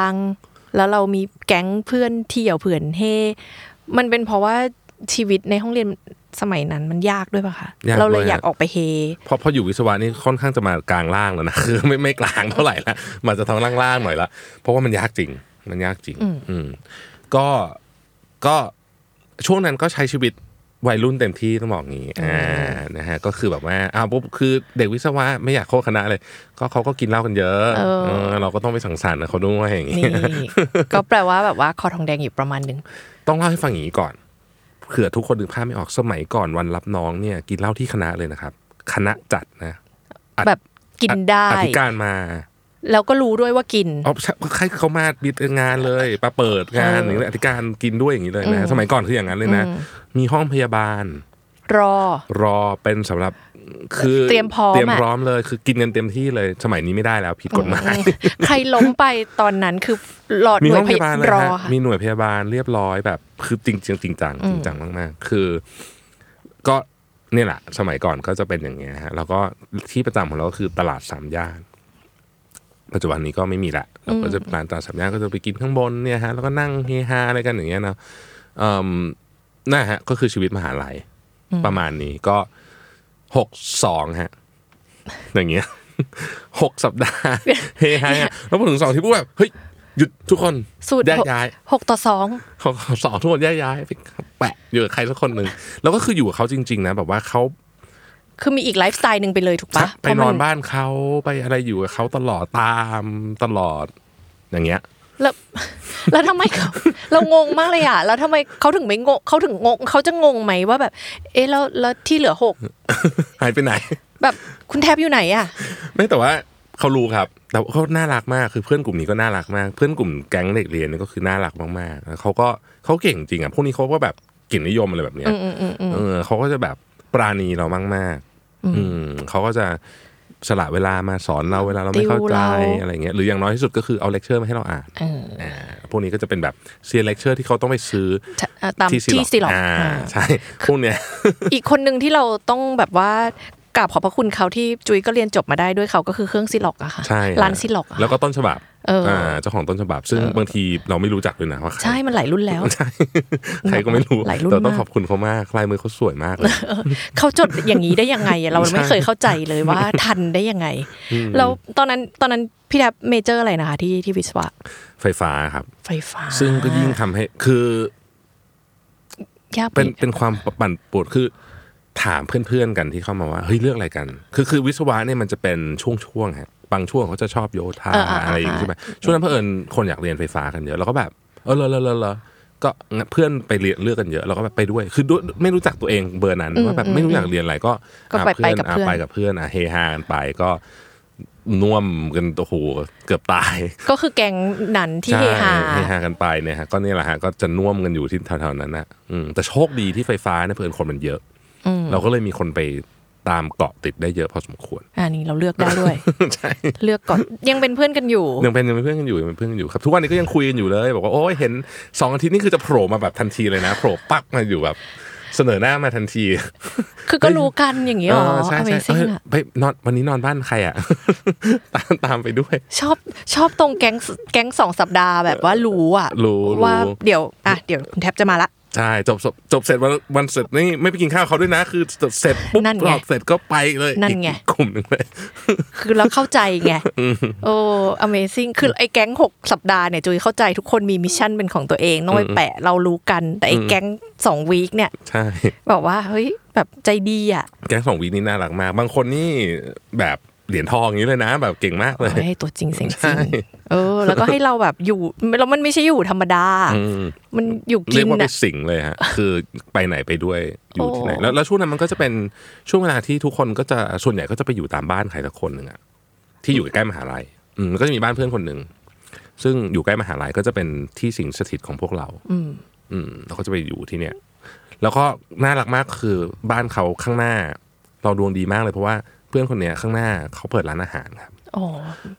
างๆ แล้วเรามีแก๊งเพื่อนเที่ยวเพื่อนเฮ มันเป็นเพราะว่าชีวิตในห้องเรียนสมัยนั้นมันยากด้วยป่ะคะ
ยาก
เราเลย
ด้วย
อยากออกไปเฮ
ๆเพราะพออยู่วิศวะนี่ค่อนข้างจะมากลางล่างแล้วนะ คือไม่ไม่กลางเท่าไหร่ละมันจะทางล่างๆหน่อยละเพราะว่ามันยากจริง มันยากจริง อืมก็ก็ช่วงนั้นก็ใช้ชีวิต วัยรุ่นเต็มที่ต้องบอกงี้อ่านะฮะก็คือแบบว่าอ้าวปุ๊บคือเด็กวิศวะไม่อยากโคตรคณะเลย ก็เขาก็กินเหล้ากันเยอะ
เออ
เออเราก็ต้องไปสังสรรค์กับเขาด้วยอย่าง
นี่
งี้
ก็แปลว่าแบบว่าคอทองแดงอยู่ประมาณหนึ่ง
ต้องเล่าให้ฟังอย่างนี้ก่อนเผื่อทุกคนนึกภาพไม่ออกสมัยก่อนวันรับน้องเนี่ย กินเหล้าที่คณะเลยนะครับ คณะจัดนะอัด
แบบกินได้
อธิการมา
แล้วก็รู้ด้วยว่ากิน
อ๋อใช่ใครเขามาบิดงานเลยมาเปิดงาน
เออ
หรืออธิการกินด้วยอย่างนี้เลย
อืม
นะสมัยก่อนคืออย่างนั้นเลยนะ มีห้องพยาบาล
รอ
รอเป็นสำหรับคือ
เตรียมพร้อมอะ
เตรียมพร้อมเลย คือกินกันเต็มที่เลย สมัยนี้ไม่ได้แล้วผิดกฎหมาย
ใครล้มไปตอนนั้นคือหลอด
มี
หน่วพ
ห้อย งพยาบาลเลย
รอ
ฮะ
ค่ะ
มีหน่วยพยาบาลเรียบร้อยแบบ คือจริงจริงจริงจังจริงจังมากๆ คือ ก็เนี่ยแหละสมัยก่อนก็จะเป็นอย่างเงี้ยฮะแล้วก็ที่ประจำของเราก็คือตลาดสามย่าน ปัจจุบันนี้ก็ไม่มีละเราก็จะร้านตลาดสามย่านก็จะไปกินข้างบนเนี่ยฮะแล้วก็นั่งเฮฮาอะไรกันอย่างเงี้ยเนาะเอิ่มนั่นฮะ ก็คือชีวิตมหาลัย ประมาณนี้ก็หกสองฮะ อย่างเงี้ย หกสัป ดาห์ เฮฮาแล้วพอถึงสองที่ปุ๊บแบบเฮ้ยหยุดทุกคน
สูตร
แยก
หก
ย้าย
หกต่อสอง
เขาเขาสองทุกคนแยกย้ายไปแปะอยู่กับใครสักคนหนึ่งแล้วก็คืออยู่กับเขาจริง ๆ นะ แบบว่าเขา
คือมีอีกไลฟ์สไตล์หนึ่งไปเลยถูกปะ
ไปนอนบ้านเขาไปอะไรอยู่กับเขาตลอดตามตลอด อย่างเงี้ย
แล้วแล้วทำไม เขาเรางงมากเลยอ่ะ แล้วทำไมเขาถึงไม่งงเขาถึงงงเขาจะงงไหมว่าแบบ เอ๊ะแล้วแล้วที่เหลือหก
หายไปไหน
แบบคุณแทบอยู่ไหนอ่ะ
ไม่แต่ว่าเขารู้ครับ แต่ว่าเขาน่ารักมากคือเพื่อนกลุ่มนี้ก็น่ารักมาก เพื่อนกลุ่มแก๊งเด็กเรียนเนี่ยก็คือน่ารักมากๆแล้วเขาก็เขาเก่งจริงอ่ะพวกนี้เขาก็แบบกลิ่นนิยมอะไรแบบเนี้ยเออเขาก็จะแบบปราณีเรามากๆอืมเขาก็จะสละเวลามาสอนเราเวลาเราไม่เข้า
ติว
ใจ
เรา
อะไรเงี้ยหรืออย่างน้อยที่สุดก็คือเอาเลคเชอร์มาให้เราอ่านาพวกนี้ก็จะเป็นแบบเซียนเลคเชอร์ที่เขาต้องไปซื้อ
อ่ะตามที่
ที่
สิ
ซี
ห
ห
รอ
ลอก กอ่า
อ่า
ใช่พวกเนี้ย
อีกคนหนึ่งที่เราต้องแบบว่ากราบขอบพระคุณเขาที่จุ้ยก็เรียนจบมาได้ด้วยเขาก็คือเครื่องซิล็อกอะค่ะ
ใช่
ร้านซิล็อกอะ
แล้วก็ต้นฉบับ
เอออ่
เจ้าของต้นฉบับ ซึ่งบางทีเราไม่รู้จักด้วยนะว่าใคร
ใช่มันหลายรุ่นแล้ว
ใช่ใครก็ไม่รู้
หลายรุ่น
แต่ต้อง
มาก
ขอบคุณเขามากลายมือเขาสวยมากเลย
เขาจดอย่างนี้ได้ยังไงอะเราไม่เคยเข้าใจเลยว่าทันได้ยังไงแล้วตอนนั้นตอนนั้นพี่แทบเมเจอร์อะไรนะคะที่ที่วิศวะ
ไฟฟ้าครับ
ไฟฟ้า
ซึ่งก็ยิ่งทำให้คือย
าก
เป็
เป็น น
เป็นความปั่นปวดคือถามเพื่อนๆกันที่เข้ามาว่าเฮ้ยเลือกอะไรกัน คือคือวิศวะเนี่ยมันจะเป็นช่วงๆฮะบางช่วงเขาจะชอบโยธา
เออเออเอออ
อะไรอย่างงี้ใช่ไหมช่วงนั้นเพื่อนคนอยากเรียนไฟฟ้ากันเยอะแล้วก็แบบเออเลอเลอเลอเลอก็งั้นเพื่อนไปเรียนเลือกกันเยอะเราก็แบบไปด้วย คือด้วยไม่รู้จักตัวเองเบอร์นั้นว่าแบบไม่รู้อยากเรียนอะไรก็
ก็ไปไป
อ่ะเพื่อน
กับ
อ่ะ
เพื่อน
ไปกับเพื่อนอ่ะเฮฮากันไปก็น่วมกันโอ้โหเกือบตาย
ก็คือแกงนั้นที่เฮ
ใช่
ฮา
เฮฮากันไปเนี่ยฮะก็เนี่ยแหละฮะก็จะน่วมกันอยู่ที่แถวๆนั้นนะอืมแต่โชคดีที่ไฟฟ้าเนี่ยเพื่อนคนมันเยอะเราก็เลยมีคนไปตามเกาะติดได้เยอะพอสมควร
อันนี้เราเลือกได้ด้วย
ใช่
เลือกก่อนยังเป็นเพื่อนกันอยู่
ยังเป็นยังเป็นเพื่อนกันอยู่ยังเป็นเพื่อนกันอยู่ครับทุกวันนี้ก็ยังคุยกันอยู่เลยบอกว่าโอ้ยเห็นสองอาทิตย์นี่คือจะโผล่มาแบบทันทีเลยนะโผล่ปักมาอยู่แบบเสนอหน้ามาทันที
คือก็รู้กันอย่างนี้หรอ
เออใช่ใช่
Amazing
เอ้ย
อะ
ไปนอนวันนี้นอนบ้านใครอ่ะ ตามตามไปด้วย
ชอบชอบตรงแก๊งแก๊งสองสัปดาห์แบบว่ารู้อะ
รู้รู้
ว่าเดี๋ยวอ่ะเดี๋ยวคุณแทบจะมาละ
ใช่จบจบจบเสร็จวันวันเสร็จนี่ไม่ไปกินข้าวเขาด้วยนะ คือเสร็จปุ๊บ
นั่นไง
กรอบเสร็จก็ไปเลย
นั่นไง
อีกกลุ่มหนึ่งเลย
คือเราเข้าใจไงโอ้ Amazing คือไอ้แก๊งหกสัปดาห์เนี่ยจุยเข้าใจทุกคนมีมิชชั่นเป็นของตัวเองต้องไปแปะเรารู้กัน แต่ไอ้แก๊งสองวีคเนี่ย
ใช่
แบบว่าเฮ้ยแบบใจดีอ่ะ
แก๊งสองวีนี่น่ารักมาก บางคนนี่แบบเหรียญทองอย่างนี้เลยนะ แบบเก่งมากเลย
ให้ยตัวจริงเสียงจริง
ใช่
เออ แล้วก็ให้เราแบบอยู่แล้วมันไม่ใช่อยู่ธรรมดา มันอยู่กิ
เรีย
น
กว่าไป
อะ
สิงเลย ฮะ คือไปไหนไปด้วยอยู่ที่ไหน
โอ้
แล้วแล้วช่วงนั้นมันก็จะเป็นช่วงเวลาที่ทุกคนก็จะส่วนใหญ่ก็จะไปอยู่ตามบ้านใครสักคนหนึ่งอะที่อยู่ใกล้มหาลัยอืมมันก็จะมีบ้านเพื่อนคนหนึ่งซึ่งอยู่ใกล้มหาลัยก็จะเป็นที่สิงสถิตของพวกเรา อืมเราก็จะไปอยู่ที่เนี่ย แล้วก็น่ารักมากคือบ้านเขาข้างหน้า เราดวงดีมากเลยเพราะว่าเพื่อนคนเนี้ยข้างหน้าเขาเปิดร้านอาหารครับ
โอ้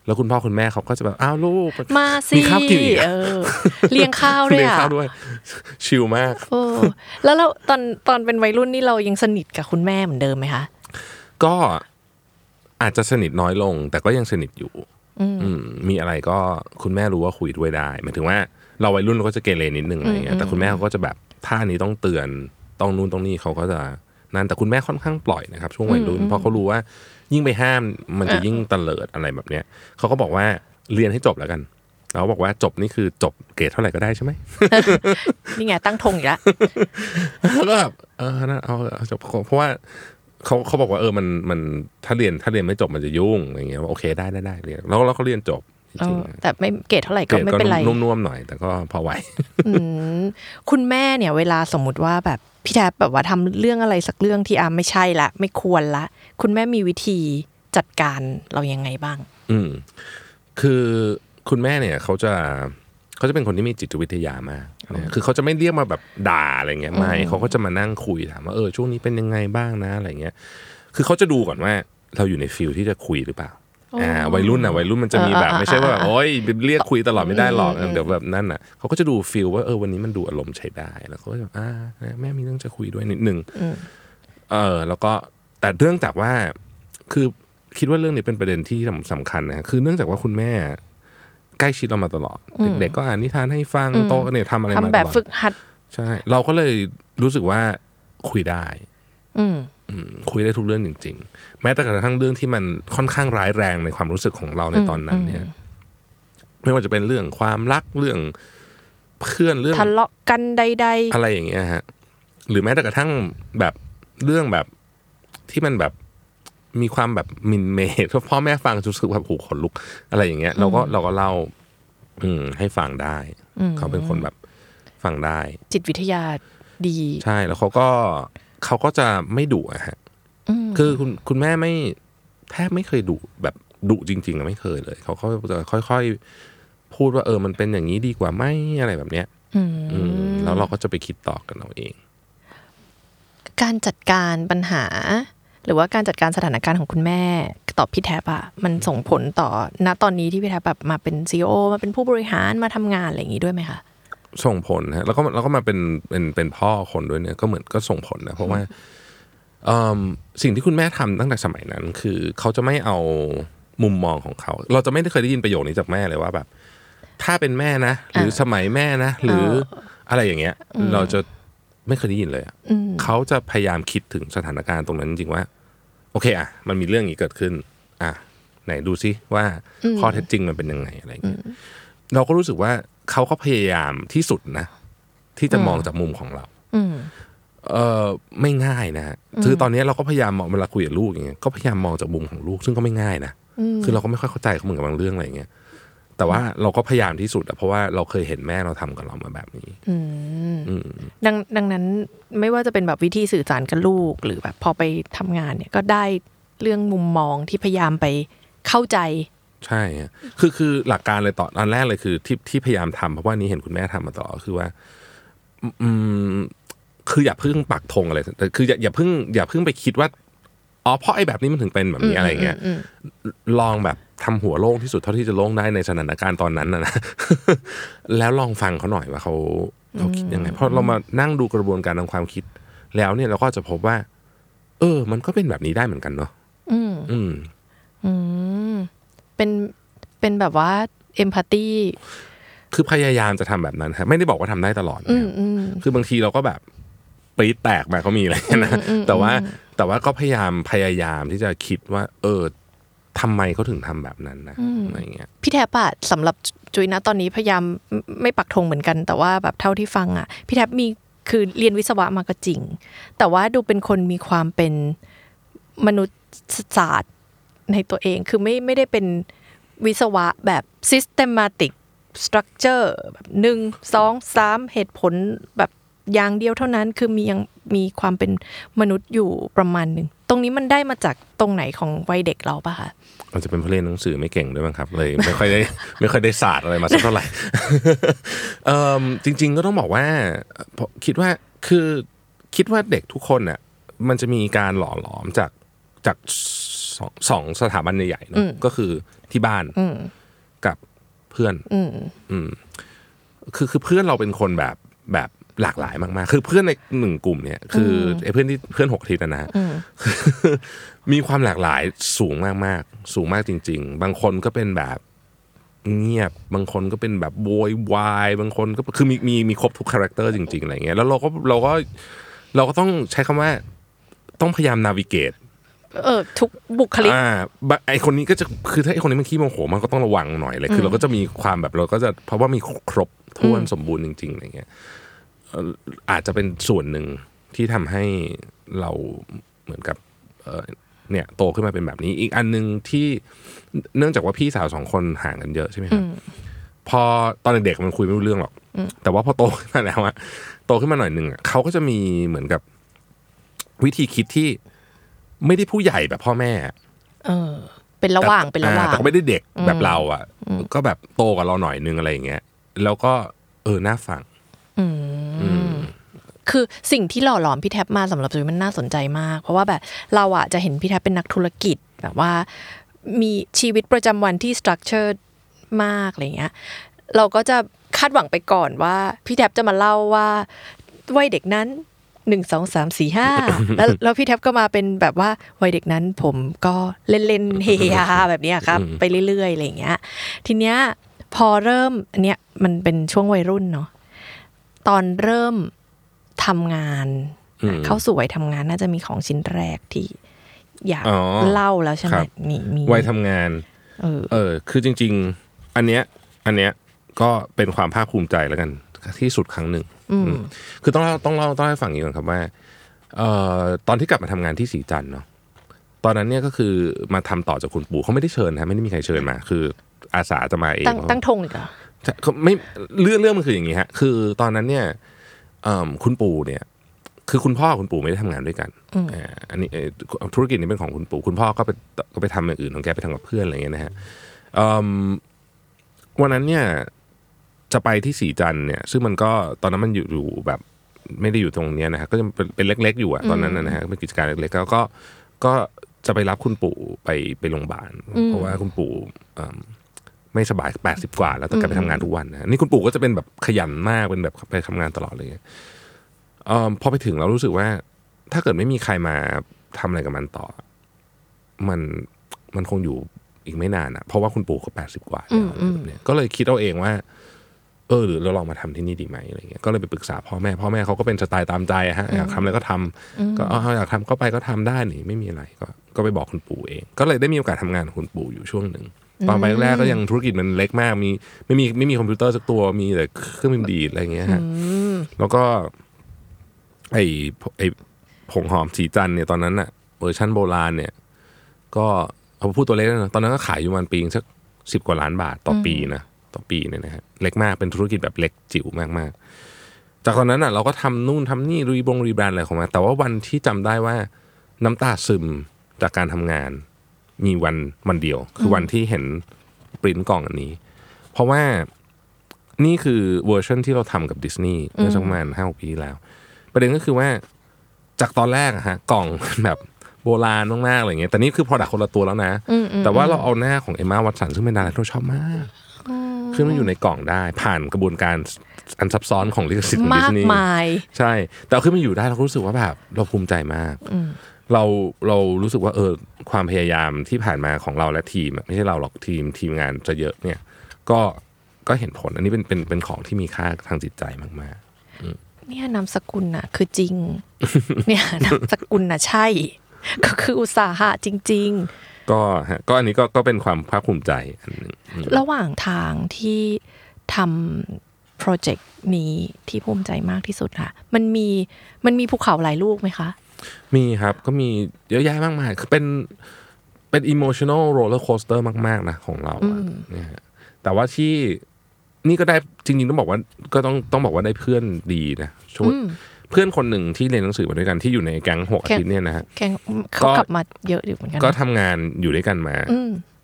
แล้วคุณพ่อคุณแม่เขาก็จะแบบอ้าวลูก
มาสิ
ข้าวกินอีก
เออเลี้ยงข้าวด้วย
เลี้ยง
อ่ะ
ข้าวด้วย ชิลมาก
โอ้แล้วเราตอนตอนเป็นวัยรุ่นนี่เรายังสนิทกับคุณแม่เหมือนเดิมไหมคะ
ก็อาจจะสนิทน้อยลง แต่ก็ยังสนิทอยู่อืมมีอะไรก็คุณแม่รู้ว่าคุยด้วยได้หมายถึงว่าเราวัยรุ่นเราก็จะเกเรนิดนึงอะไรเงี้ยแต่คุณแม่เขาก็จะแบบถ้าอันนี้ต้องเตือนต้องนู่นต้องนี่เขาก็จะนั่นแต่คุณแม่ค่อนข้างปล่อยนะครับช่วงวัยรุ่นเพราะเขารู้ว่า ยิ่งไปห้ามมันจะยิ่งตะเลิดอะไรแบบเนี้ยเขาก็บอกว่าเรียนให้จบแล้วกัน แล้วบอกว่าจบนี่คือจบเกรดเท่าไหร่ก็ได้ใช่ไหม
นี่ไงตั้งธงอีกแล้ว
แล้วก็แบบเออนะเอาเอาจบเพราะว่าเขาเขาบอกว่าเออมันมันถ้าเรียนถ้าเรียนไม่จบมันจะยุ่งอะไรเงี้ยว่าโอเคได้ได้ได้เรียนแล้วแล้วก็เรียนจบจริงๆอะ
แต่ไม่เกรดเท่าไหร่
เก
ก็
รด
ไม่
ก็
เป็นไร
นุ่มๆหน่อย แต่ก็พอไหว
คุณแม่เนี่ยเวลาสมมติว่าแบบพี่แทบแบบว่าทำเรื่องอะไรสักเรื่องที่อาไม่ใช่ละ ไม่ควรละ คุณแม่มีวิธีจัดการเรายังไงบ้าง
อืมคือคุณแม่เนี่ยเขาจะเขาจะเป็นคนที่มีจิตวิทยามากนะคือเขาจะไม่เรียกมาแบบด่าอะไรเงี้ยไม่เขาก็จะมานั่งคุยถามว่าเออช่วงนี้เป็นยังไงบ้างนะอะไรเงี้ย คือเขาจะดูก่อนว่าเราอยู่ในฟิลที่จะคุยหรือเปล่าอ่าวัยรุ่นอ่ะวัยรุ่นมันจะมีแบบ
อ่าอ่าอ่า
ไม่ใช่ว่าแบบโอ้ยเรียกคุยตลอดไม่ได้หรอกเดี๋ยวแบบนั่นอ่ะเขาก็จะดูฟิลว่าเออวันนี้มันดูอารมณ์ใช้ได้แล้วเขาก็จะอ่าแม่มีเรื่องจะคุยด้วยนิดนึง เออแล้วก็แต่เรื่องจากว่าคือคิดว่าเรื่องนี้เป็นประเด็นที่สำสำคัญนะคือเนื่องจากว่าคุณแม่ใกล้ชิดเรามาตลอด เด็กๆก็อ่านนิทานให้ฟังโตะเนี่ยทำอะไร
ทำ
มาตลอด
แบบฝึกหัด
ใช่เราก็เลยรู้สึกว่าคุยได้
อืม
อืมคุยได้ทุกเรื่องจริง ๆ แม้แต่กระทั่งเรื่องที่มันค่อนข้างร้ายแรงในความรู้สึกของเราในตอนนั้นเนี่ย ไม่ว่าจะเป็นเรื่องความรักเรื่องเพื่อนเรื่อง
ทะเลาะกันใด
อะไรอย่างเงี้ยฮะ หรือแม้แต่กระทั่งแบบเรื่องแบบที่มันแบบมีความแบบหมินเหม ทพ่อแม่ฟังจะรู้สึกแบบโอ้โหขนลุก อะไรอย่างเงี้ย เราก็เราก็เล่า อืม ให้ฟังได้ เขาเป็นคนแบบฟังได้
ๆ จิตวิทยาดี
ใช่แล้วเขาก็เขาก็จะไม่ดุอะฮะคือคุณคุณแม่ไม่แทบไม่เคยดุแบบดุจริงๆอะไม่เคยเลย เขาก็จะค่อยๆ พูดว่าเออมันเป็นอย่างนี้ดีกว่าไหมอะไรแบบเนี้ย อืมแล้วเราก็จะไปคิดต่อกันเอาเอง
การจัดการปัญหา หรือว่าการจัดการสถานการณ์ของคุณแม่ต่อพี่แทบอะมันส่งผลต่อณตอนนี้ที่พี่แทบแบบมาเป็นซีอมาเป็นผู้บริหารมาทำงานอะไรอย่างงี้ด้วยไหมคะ
ส่งผลฮะแล้วก็แล้วก็มาเป็นเป็นเป็นพ่อคนด้วยเนี่ยก็เหมือนก็ส่งผลนะเพราะว่าเอิ่มสิ่งที่คุณแม่ทำตั้งแต่สมัยนั้น คือเขาจะไม่เอามุมมองของเขา เราจะไม่ได้เคยได้ยินประโยคนี้จากแม่เลยว่าแบบ ถ้าเป็นแม่นะ หรือสมัยแม่นะ หรืออะไรอย่างเงี้ย เราจะไม่เคยได้ยินเลยอะเขาจะพยายามคิดถึงสถานการณ์ตรงนั้นจริงๆว่า โอเคอ่ะ มันมีเรื่องอย่างนี้เกิดขึ้น อ่ะ ไหนดูซิว่าข้อเท็จจริงมันเป็นยังไงอะไรอย่างเงี้ย เราก็รู้สึกว่าเขาก็พยายามที่สุดนะ ที่จะมองจากมุมของเราเออไม่ง่ายนะฮะคือตอนนี้เราก็พยายามมองเวลาคุยกับลูกอย่างเงี้ยก็พยายามมองจากมุมของลูก ซึ่งก็ไม่ง่ายนะคือเราก็ไม่ค่อยเข้าใจเขาเหมือนกับบางเรื่องอะไรอย่างเงี้ยแต่ว่าเราก็พยายามที่สุดอะเพราะว่าเราเคยเห็นแม่เราทำกับเรามาแบบนี้
ดังดังนั้นไม่ว่าจะเป็นแบบวิธีสื่อสารกับลูก หรือแบบพอไปทำงานเนี่ยก็ได้เรื่องมุมมองที่พยายามไปเข้าใจ
ใช่ฮะคือคือหลักการเลยต่ออันแรกเลยคือที่ที่พยายามทำเพราะว่านี้เห็นคุณแม่ทำมาต่อดคือว่า อืมคืออย่าเพิ่งปักธงอะไรแต่คืออย่าอย่าเพิ่งอย่าเพิ่งไปคิดว่าอ๋อเพราะไอ้แบบนี้มันถึงเป็นแบบนี้อะไรอย่างเงี้ยลองแบบทำหัวโล่งที่สุดเท่าที่จะโล่งได้ในสถานการณ์ตอนนั้นนะนะ แล้วลองฟังเขาหน่อยว่าเขาเขาคิดยังไงเพราะเรามานั่งดูกระบวนการทางความคิด แล้วเนี่ยเราก็จะพบว่า เออ มันก็เป็นแบบนี้ได้เหมือนกันเนาะอืม
เป็นเป็นแบบว่าเอมพัตตี
คือพยายามจะทำแบบนั้นครับไม่ได้บอกว่าทำได้ตลอดนะครับคือบางทีเราก็แบบปรีดแตกมาก็มีอะไรเงี้ยนะแต่ว่าแต่ว่าก็พยายามพยายามที่จะคิดว่า เออทำไมเขาถึงทำแบบนั้นนะอะไรเงี้ย
พี่แทบอะสำหรับจุยนะตอนนี้พยายามไม่ไม่ปักธงเหมือนกัน แต่ว่าแบบเท่าที่ฟังอะพี่แทบมีคือเรียนวิศวะมาก็จริง แต่ว่าดูเป็นคนมีความเป็นมนุษยศาสตร์ในตัวเองคือไม่ไม่ได้เป็นวิศวะแบบ systematic structure แบบหนึ่งสองสามเหตุผลแบบอย่างเดียวเท่านั้นคือมียังมีความเป็นมนุษย์อยู่ประมาณหนึ่งตรงนี้มันได้มาจากตรงไหนของวัยเด็กเราปะคะ
อาจจะเป็นเพราะเรียนหนังสือไม่เก่งด้วยมั้งครับ เลย ไม่ค่อยได้ ไม่ค่อยได้ศาสตร์อะไรมาสักเท่าไหร่ เอ่มจริง ๆ ก็ต้องบอกว่าเพราะคิดว่าคือคิดว่าเด็กทุกคนน่ะ มันจะมีการหล่อหลอมจากจากสองสองสถาบันใหญ่ๆเนอะก็คือที่บ้านกับเพื่อน อืมคือคือเพื่อนเราเป็นคนแบบแบบหลากหลายมากๆ คือเพื่อนในหนึ่งกลุ่มเนี่ย คือไอ้เพื่อนที่เพื่อนหกทีนะนะ มีความหลากหลายสูงมากๆ สูงมากจริง ๆ บางคนก็เป็นแบบเงียบ บางคนก็เป็นแบบโวยวาย บางคนก็คือมีมีมีครบทุกคาแรคเตอร์จริงๆอะไรเงี้ย แล้วเราก็เราก็เราก็ต้องใช้คำว่าต้องพยายามนาวิเกต
เออทุกบุคลิก
อ่าบะไอคนนี้ก็จะคือถ้าไอคนนี้มันขี้โมโหมันก็ต้องระวังหน่อยเลยคือ เราก็จะมีความแบบเราก็จะเพราะว่ามีครบถ้วนสมบูรณ์จริงๆอะไรเงี้ยเอ่ออาจจะเป็นส่วนหนึ่งที่ทำให้เราเหมือนกับเอ่อเนี่ยโตขึ้นมาเป็นแบบนี้อีกอันหนึ่งที่เนื่องจากว่าพี่สาวสองคนห่างกันเยอะใช่ไหมครับพอตอนเด็กๆมันคุยไม่รู้เรื่องหรอกแต่ว่าพอโตขึ้นมาแล้วอะโตขึ้นมาหน่อยหนึ่งอะเขาก็จะมีเหมือนกับวิธีคิดที่ไม่ได้ผู้ใหญ่แบบพ่อแม่อะ
เออ เป็นระหว่าง
แต่
เป็นระหว่าง
อ่แต่ก็ไม่ได้เด็กแบบเราอ่ะ ก็แบบโตกว่าเราหน่อยนึงอะไรอย่างเงี้ย แล้วก็เออน่าฟัง
คือสิ่งที่หล่อหลอมพี่แท็บมาสำหรับจุ้ยมันน่าสนใจมาก เพราะว่าแบบเราอะจะเห็นพี่แท็บเป็นนักธุรกิจแบบว่ามีชีวิตประจำวันที่สตรัคเจอร์มากอะไรเงี้ยเราก็จะคาดหวังไปก่อนว่าพี่แท็บจะมาเล่าว่าวัยเด็กนั้นหนึ่งสองสามสี่ห้าแล้วแล้วพี่แท็บก็มาเป็นแบบว่าวัยเด็กนั้นผมก็เล่นเล่นๆเฮฮาแบบเนี้ยครับ ไปเรื่อยๆอะไรเงี้ย ทีเนี้ยพอเริ่มอันเนี้ยมันเป็นช่วงวัยรุ่นเนาะตอนเริ่ม ทำงาน
อืม
เข้าสู่วัยทำงานน่าจะมีของชิ้นแรกที่อยาก
อ๋อ
เล่าแล้วใช่ไหม
ครับ
นี่มี
วัยทำงาน
เออ
เออ คือจริง ๆ อันเนี้ย อันเนี้ยก็เป็นความภาคภูมิใจแล้วกัน ที่สุดครั้งหนึ่งอืมคือต้องเล่าต้องเล่าต้องให้ฟังอย่างนี้ก่อนครับว่าเอ่อตอนที่กลับมาทำงานที่สีจันทร์เนาะตอนนั้นเนี่ยก็คือมาทำต่อจากคุณปู่เขาไม่ได้เชิญนะไม่ได้มีใครเชิญมา คืออาสาจะมาเอง
ตั้งตั้งธงอีกเหรอ
ใช่เขาไม่เรื่องเรื่องมันคืออย่างนี้ฮะ คือตอนนั้นเนี่ยเอิ่มคุณปู่เนี่ย คือคุณพ่อคุณปู่ไม่ได้ทำงานด้วยกันอ่าอันนี้เอ่อธุรกิจนี้เป็นของคุณปู่คุณพ่อก็ไปก็ไปทำอย่างอื่นของแกไปทำกับเพื่อนอะไรอย่างเงี้ยนะฮะเอิ่มวันนั้นเนี่ยจะไปที่สีจันทร์เนี่ย ซึ่งมันก็ตอนนั้นมันอยู่อยู่แบบไม่ได้อยู่ตรงเนี้ยนะฮะก็จะเป็นเป็นเล็ก ๆ อยู่อะตอนนั้นนะนะฮะเป็นกิจการเล็กๆแล้วก็ก็จะไปรับคุณปู่ไปไปโรงพยาบาลเพราะว่าคุณปู่เอิ่ม ไม่สบาย 80 กว่า แล้วต้องกลับไปทำงานทุกวันนะนี่คุณปู่ก็จะเป็นแบบขยันมากเป็นแบบไปทำงานตลอดเลยเออพอไปถึงเรารู้สึกว่า ถ้าเกิดไม่มีใครมาทำอะไรกับมันต่อ มันมันคงอยู่อีกไม่นานอะเพราะว่าคุณปู่ก็ 80 กว่าแล้วแบบเนี้ยก็เลยคิดเอาเองว่า เออหรือเราลองมาทำที่นี่ดีไหมอะไรเงี้ยก็เลยไปปรึกษาพ่อแม่พ่อแม่เขาก็เป็นสไตล์ตามใจอะฮะอยากทำอะไรก็ทำก็เอาเอาอยากทำก็ไปก็ทำได้นี่ไม่มีอะไรก็ ก็ไปบอกคุณปู่เอง ก็เลยได้มีโอกาสทำงานกับคุณปู่อยู่ช่วงหนึ่งตอนไปแรกก็ยังธุรกิจมันเล็กมากมีไม่มีไม่มีคอมพิวเตอร์สักตัวมีแต่เครื่องพิมพ์ดีดอะไรเงี้ยฮะแล้วก็ ไอ้ผไอ้ผงหอมสีจันทร์เนี่ยตอนนั้นอะเวอร์ชั่นโบราณเนี่ย ก็เอาพูดตัวเลขแล้วนะตอนนั้นก็ขายอยู่ประมันปีนึงสักสิบกว่าล้านบาทต่อปีนะต่อปีเนี่ยนะฮะเล็กมากเป็นธุรกิจแบบเล็กจิ๋วมากๆ จากตอนนั้นอ่ะเราก็ทำนู่นทำนี่รีบงรีแบรนด์อะไรของมันแต่ว่าวันที่จำได้ว่าน้ำตาซึมจากการทำงาน มีวันวันเดียว คือวันที่เห็นปริ้นท์กล่องอันนี้ เพราะว่านี่คือเวอร์ชันที่เราทำกับดิสนีย์เมื่อสักประมาณห้าปีที่แล้ว ประเด็นก็คือว่าจากตอนแรกอะฮะกล่อง แบบโบราณมากๆอะไรเงี้ยแต่นี่คือพอดักคนละตัวแล้วนะ แต่ว่าเราเอาหน้าของเอมมาวัตสันซึ่งเป็นดาราที่เราชอบมากขึ้นมาอยู่ในกล่องได้ ผ่านกระบวนการอันซับซ้อนของลิขสิทธิ์ของดิ
มา
ส
ก
นีย์
มาย
ใช่ แต่เอาขึ้นมาอยู่ได้เราก็รู้สึกว่าแบบเราภูมิใจมากเราเรารู้สึกว่าเออความพยายามที่ผ่านมาของเราและทีมอะไม่ใช่เราหรอกทีมทีมงานจะเยอะเนี่ย ก็ก็เห็นผลอันนี้เป็นเป็นเป็นของที่มีค่าทางจิตใจมาก
เนี่ยนามสกุลน่ะ คือจริ ง เนี่ยนามสกุลน่ะใช่ ก็คืออุตสาหะจริง
ๆ ก็ฮะก็อันนี้ก็ก็เป็นความภาคภูมิใจอันหนึง
ๆ ระหว่างทางที่ทำโปรเจกต์นี้ที่ภูมิใจมากที่สุดค่ะ มันมีมันมีภูเขาหลายลูกไหมคะ
มีครับก็มีเยอะแยะมากมายคือเป็นเป็น emotional roller coaster มาก ๆ นะของเราอะเนี่ยฮะแต่ว่าที่นี่ก็ได้จริงๆต้องบอกว่าก็ต้องต้องบอกว่าได้เพื่อนดีนะช่วย เพื่อนคนหนึ่งที่เรียนหนังสือมาด้วยกันที่อยู่ในแก๊งหกอา
แก๊ง
ทิตย์เนี่ยนะฮะ
แกงเขา
ก็
กลับมาเยอะอยู่เหมือนกัน
ก็
นะ
ทำงานอยู่ด้วยกันมา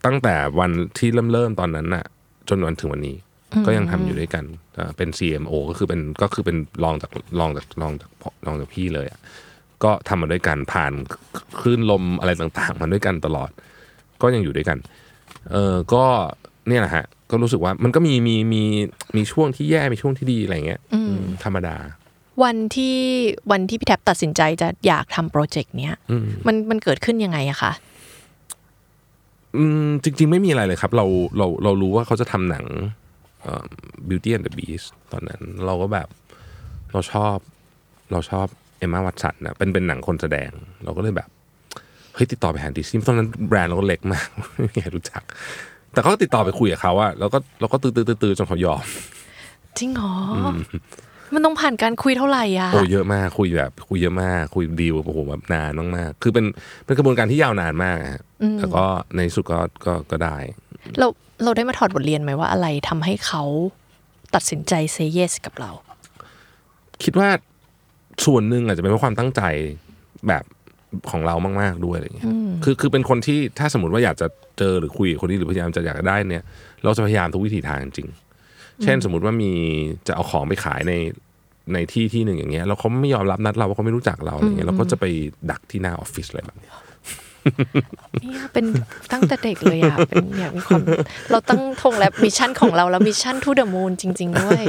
ตั้งแต่วันที่เริ่มเริ่มตอนนั้นน่ะ จนวันถึงวันนี้ ก็ยังทำอยู่ด้วยกันเอ่อเป็น CMO ก็คือเป็นก็คือเป็นรองจากรองจากรองจากรองจากพี่เลยอะก็ทำมาด้วยกันผ่านคลื่นลมอะไรต่างๆ มาด้วยกันตลอด ก็ยังอยู่ด้วยกัน เออก็เนี่ยแหละฮะ ก็รู้สึกว่ามันก็มีมีมีมีช่วงที่แย่มีช่วงที่ดีอะไรเงี้ยอืมธรรมดา
วันที่วันที่พี่แท็บตัดสินใจจะอยากทำโปรเจกต์เนี้ยมันมันเกิดขึ้นยังไงอะคะ
อืมจริง ๆ ไม่มีอะไรเลยครับ เราเราเรารู้ว่าเขาจะทำหนังเอ่อ Beauty and the Beast ตอนนั้น เราก็แบบเราชอบ เราชอบเอมมาวัตสันนะเป็นเป็นหนังคนแสดง เราก็เลยแบบ เฮ้ยติดต่อไปหาดิสนีย์ตอนนั้นแบรนด์เราก็เล็กมาก ไม่มีใครรู้จัก แต่เขาก็ติดต่อไปคุยกับเขาอะแล้วก็เราก็ตื้อๆๆๆจนเขายอม
จริงเหรออมันต้องผ่านการคุยเท่าไหร่อ่ะ
โอ้เยอะมากคุยแบบคุยเยอะมากคุยดีลโอ้โหแบบนานมากๆคือเป็นเป็นกระบวนการที่ยาวนานมากอะฮะแต่ก็ในที่สุดก็ก็ก็ได้
เราเราได้มาถอดบทเรียนไหมว่าอะไรทำให้เขาตัดสินใจเซเยสกับเรา
คิดว่าส่วนหนึ่งอาจจะเป็นเพราะความตั้งใจแบบของเรามาก ๆด้วยอะไรอย่างเงี้ยคือคือเป็นคนที่ถ้าสมมติว่าอยากจะเจอหรือคุยกับคนนี้หรือพยายามจะอยากได้เนี่ย เราจะพยายามทุกวิถีทางจริง เช่นสมมติว่ามีจะเอาของไปขายในในที่ที่หนึ่งอย่างเงี้ยแล้วเขาไม่ยอมรับนัดเราว่าเขาไม่รู้จักเราอะไรเงี้ยเราก็จะไปดักที่หน้าออฟฟิศอะไรแบบเนี้ย
เนี่ยเป็นตั้งแต่เด็กเลยอ่ะ เป็นเนี่ยมีความเราตั้งธงและมิชชั่นของเราแล้วมิชชั่นทูเดอะมูนจริง ๆ ด้วย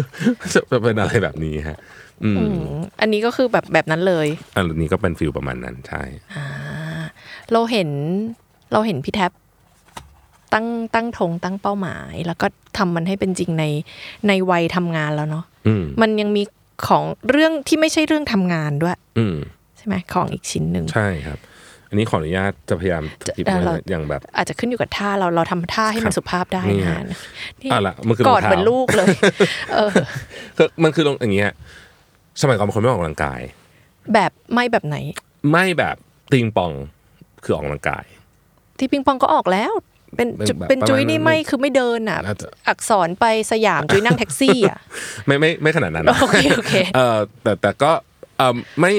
จะเป็นอะไรแบบนี้ฮะ อืม
อืมอันนี้ก็คือแบบแบบนั้นเลย
อันนี้ก็เป็นฟิลประมาณนั้นใช่
เราเห็นเราเห็นพี่แท็บตั้งตั้งธงตั้งเป้าหมาย แล้วก็ทำมันให้เป็นจริงในในวัยทำงานแล้วเนาะ
อืม
มันยังมีของเรื่องที่ไม่ใช่เรื่องทำงานด้วย
อืม
ใช่ไหมของอีกชิ้นหนึ่ง
ใช่ครับ อันนี้ขออนุญาตจะพยายาม
จะ
ทิป
เอ่อ
ไว้
เรา
อย่างแบบ
อาจจะขึ้นอยู่กับท่าเราเราทำท่าให้มันสุภาพได้
นี่
นะ
ฮะ
นี่
อ่ะล่ะมันคือ
อด
รองเท้า
เหมือนลูกเลย เออ
ก็มันคือลงอย่างเงี้ยสมัยก่อนเป็นคนไม่ออกกำลังกาย
แบบไม่แบบไหน
ไม่แบบตีงปองคือออกกำลังกาย
ที่ปิงปองก็ออกแล้ว เป็นจุ
แบบ
เป็นจุ้ยนี่
ประมาณนั้น
ไม่คือไม่เดินอ่ะ
แล้วแต่
อักษรไปสยามจุ้ยนั่งแท็กซี่อ่ะ
ไม่ไม่ไม่ขนาดนั้นนะ
โอเคโอเค
เออแต่แต่ก็เออไม่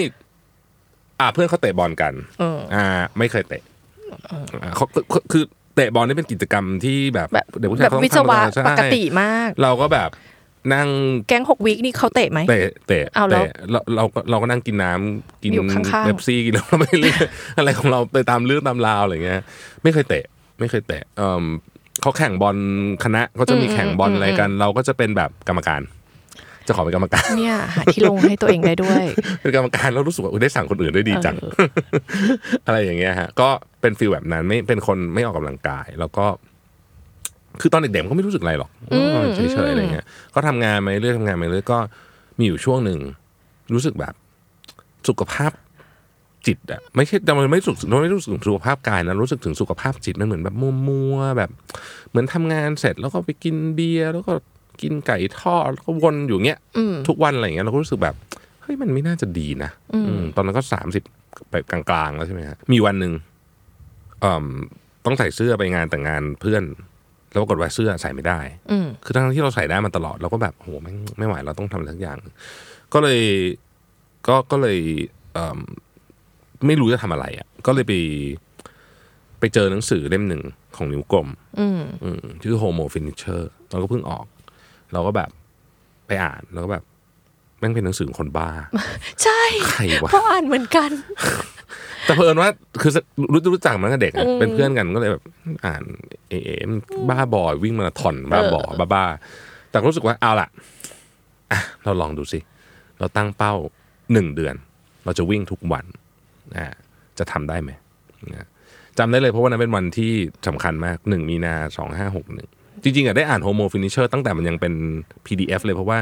อ่าเพื่อนเขาเตะบอลกัน
เออ
อ่า ไม่เคยเตะอ่าเขาคือคือคือเตะบอลนี่เป็นกิจกรรมที่แบบ
แบบ
เด็กผู้
แบ
ชาย
บ
เขาต้อง
วิศวะ
ทำกันใช่
ปกติมาก
เราก็แบบนั่ง
แก๊งหกวิกนี่เขาเตะไหม
เตะเตะ
เอาแล้ว
เตะเราเราก็เราก็นั่งกินน้ำกิน
อยู่ข้างๆ
เบปซี่กินอะไรไปเรื่อย อะไรของเราไปตามเรื่องตามราวอะไรเงี้ย ไม่เคยเตะ ไม่เคยเตะเอิ่มเขาแข่งบอลคณะก็จะมีแข่งบอลอะไรกัน เราก็จะเป็นแบบกรรมการ จะขอเป็นกรรมการ
เนี่ยหาที่ลงให้ตัวเองได้ด้วย
เป็นกรรมการแล้วรู้สึกว่าเออได้สั่งคนอื่นได้ดีจัง อะไรอย่างเงี้ยฮะ ก็เป็นฟิลแบบนั้นไม่เป็นคนไม่ออกกำลังกาย แล้วก็ คือตอนเด็กๆมันก็ไม่รู้สึกอะไรหรอกเฉยๆอะไรเงี้ยก็ทำงานมาเรื่อยทำงานมาเรื่อยก็มีอยู่ช่วงหนึ่งรู้สึกแบบสุขภาพจิตอะไม่ใช่แต่มันไม่สุขไม่รู้สึกถึงสุขภาพกายนะรู้สึกถึงสุขภาพจิตมันเหมือนแบบมัวๆแบบ เหมือนทำงานเสร็จแล้วก็ไปกินเบียร์แล้วก็กินไก่ทอดแล้วก็วนอยู่เงี้ยทุกวันอะไรอย่างเงี้ยเราก็รู้สึกแบบ เฮ้ยมันไม่น่าจะดีนะอืมตอนนั้นก็สามสิบไปกลางๆแล้วใช่ไหมฮะมีวันหนึ่งเอิ่มต้องใส่เสื้อไปงานแต่งงานเพื่อน แล้วปรากฏว่าเสื้อใส่ไม่ได้
อืม
คือทั้งที่เราใส่ได้มาตลอดเราก็แบบโหแม่งไม่ไหวเราต้องทำอะไรสักอย่าง ก็เลยก็ก็เลยเอิ่มไม่รู้จะทำอะไรอ่ะ ก็เลยไปไปเจอหนังสือเล่มหนึ่งของนิ้วกลม
อืม
อืมชื่อ Homo Finisher ตอนก็เพิ่งออก เราก็แบบไปอ่านแล้วก็แบบแม่งเป็นหนังสือของคนบ้า
ใช่
ใครวะ
เพราะอ่านเหมือน กัน
แต่เผอิญว่าคือรู้รู้จักมันตั้งแต่เด็กอะเป็นเพื่อนกันก็เลยแบบอ่านเอเอมนบ้าบอยวิ่งมาราธอนบ้าบอบ้าบ้าแต่ก็รู้สึกว่าเอาล่ะอ่ะ เราลองดูสิ เราตั้งเป้าหนึ่งเดือน เราจะวิ่งทุกวันอ่าจะทำได้ไหมนะจำได้เลยเพราะว่านั้นเป็นวันที่สำคัญมากหนึ่งมีนาสองห้าหกหนึ่งจริงๆอะได้อ่านโฮโมฟินิเชอร์ตั้งแต่มันยังเป็น PDF เลยเพราะว่า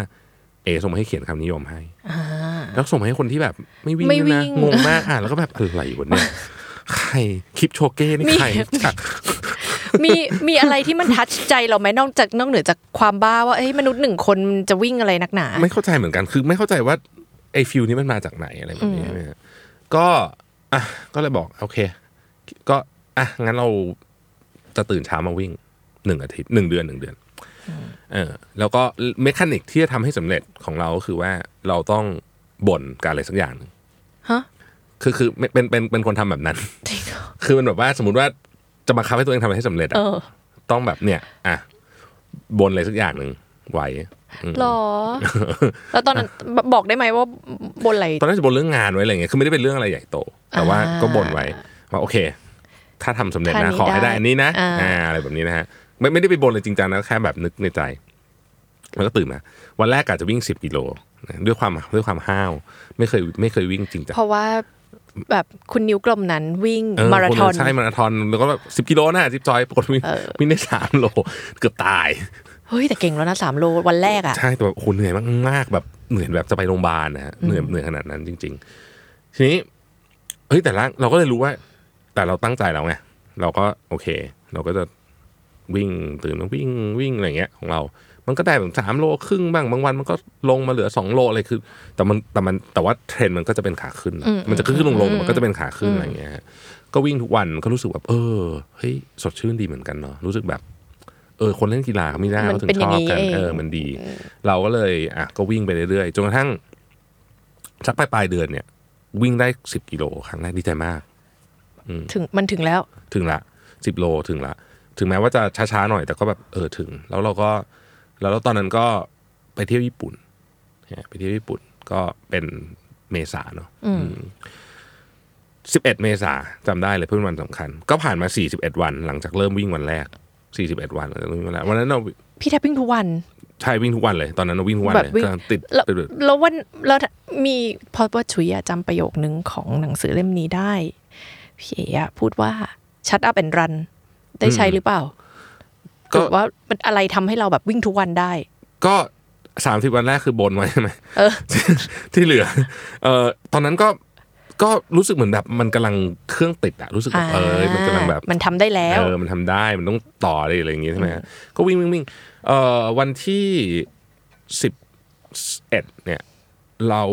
เอส่งมาให้เขียนคำนิยมให้ แล้วส่งมาให้คนที่แบบ ไม่วิ่ง
ไม่
ด้วยนะ
วิ่ง
งงมากอ่านแล้วก็แบบอะไรวะเนี่ย ใครคลิปโชเก้นี่ใครรู้จัก
มีมีอะไรที่มันทัชใจเราไหมนอกจากนอกเหนือจากความบ้าว่าเอ้ยมนุษย์หนึ่งคนมันจะวิ่งอะไรนักหนา
ไม่เข้าใจเหมือนกัน คือไม่เข้าใจว่าไอ้ฟิลนี้มันมาจากไหนอะไรแบบนี้ใช่ไหมฮะก็อ่ะก็เลยบอกโอเค ก็อ่ะงั้นเราจะตื่นเช้ามาวิ่งหนึ่งอาทิตย์หนึ่งเดือนหนึ่งเดือนเออแล้วก็เมคานิกที่จะทำให้สำเร็จของเราก็คือว่าเราต้องบ่นการอะไรสักอย่างหนึ่ง
ฮะ
คือคือไม่เป็นเป็นเป็นคนทำแบบนั้น
จริงเหรอ
คือมันแบบว่าสมมติว่าจะบังคับให้ตัวเองทำอะไรให้สำเร็จ
เอ
อะ
อ
ต้องแบบเนี่ย อ่ะบนอะไรสักอย่างหนึ่งไหว
หรอ แล้วตอน นั้นบอกได้ไหมว่าบนอะไร
ตอนนั้นจะบนเรื่องงานไว้อะไรเงี้ยคือไม่ได้เป็นเรื่องอะไรใหญ่โต แต่ว่า
อ่า
ก็บ่นไว้ว่าโอเค ถ้าทำสำเร็จ
ถ้า
นะ
นี้
ขอให้
ได้
ได้อันนี้นะ
อ่า
อ่าอะไรแบบนี้นะฮะไม่ไม่ได้ไปบ่นเลยจริงจังนะแค่แบบนึกในใจ แล้วก็ตื่นมาวันแรกอาจจะวิ่งสิบกิโลนะด้วยความด้วยความห้าว ไม่เคยไม่เคยวิ่งจริงจัง
เพราะว่าแบบคุณนิ้วกลมนั้นวิ่ง
เออ
มาราธอน
ใช่มาราธอนแล้วก็แบบสิบ10กิโลนะสิบจอยปรากฏวิ่ง
เออ
วิ่งได้สามโลเกือบตาย
เฮ้ย แต่เก่งแล้วนะสามโลวันแรกอ่ะ
ใช่แต่แบบโอ้โหเหนื่อยมากมากแบบเหนื่อยแบบจะไปโรงพยาบาลนะฮะเหนื่อยเหนื่อยขนาดนั้นจริง ๆ ทีนี้เฮ้ยแต่ละเราก็เลยรู้ว่า แต่เราตั้งใจแล้วไงเราก็โอเค เราก็จะวิ่งตื่นมาวิ่งวิ่งอะไรอย่างเงี้ยของเรา มันก็ได้แบบสามโลครึ่งบ้างบางวันมันก็ลงมาเหลือสองโลอะไรคือ แต่มันแต่มันแต่ว่าเทรนด์มันก็จะเป็นขาขึ้นนะมันจะขึ้นขึ้นลงลงแต่มันก็จะเป็นขาขึ้นอะไรอย่างเงี้ยฮะก็วิ่งทุกวันก็รู้สึกแบบเออเฮ้ยสดชื่นดีเหมือนกันเนาะรู้สึกแบบ เออคนเล่นกีฬาเขามีหน้า
มัน
เขาถึ
เป็
ง
น
ช
อย่าง
อบ
นี้
กัน
เอง
เออมันดี เราก็เลยอ่ะก็วิ่งไปเรื่อยๆจนกระทั่งสักปลายปลายๆเดือนเนี่ย วิ่งได้สิบกิโลครั้งแรกดีใจมาก
ถึงมันถึงแล้ว
ถึงละสิบโลถึงละ ถึงแม้ว่าจะช้าๆหน่อยแต่ก็แบบเออถึง แล้วเราก็แล้วเราตอนนั้นก็ไปเที่ยวญี่ปุ่นเนี่ยไปเที่ยวญี่ปุ่นก็เป็นเมษาเนอะสิบเอ็ดเมษาจำได้เลยเพื่อนวันสำคัญ ก็ผ่านมาสี่สิบเอ็ดวัน หลังจากเริ่มวิ่งวันแรกสี่สิบเอ็ดวันหลังจากเริ่มวิ่งวันแรกวันนั้นเรา
พี่แทบวิ่งทุกวัน
ใช่วิ่งทุกวันเลย ตอนนั้นเราวิ่งทุกวัน
แบ
เลย
บวิ่ง
กำลังติด
แล้ว
ไปด้วย
แล้ววันแล้วมีพอว่าชุยอะจำประโยคนึงของหนังสือเล่มนี้ได้ พี่เอ๋อะพูดว่า shut up and run ได้ใช้หรือเปล่า
ก็
แบบว่ามันอะไรทำให้เราแบบวิ่งทุกวันได้
ก็สามสิบวันแรกคือบนไว้ใช่ไหม
เออ
ที่เหลือ เอ่อตอนนั้นก็ก็รู้สึกเหมือนแบบมันกำลังเครื่องติดอะรู้สึกแบบเออมันกำลังแบบ
มันทำได้แล้ว
เออมันทำได้มันต้องต่ออะไรอะไรอย่างงี้ใช่ไหมฮะก็วิ่งวิ่งวิ่งเอ่อวันที่สิบเอ็ดเนี่ย เรา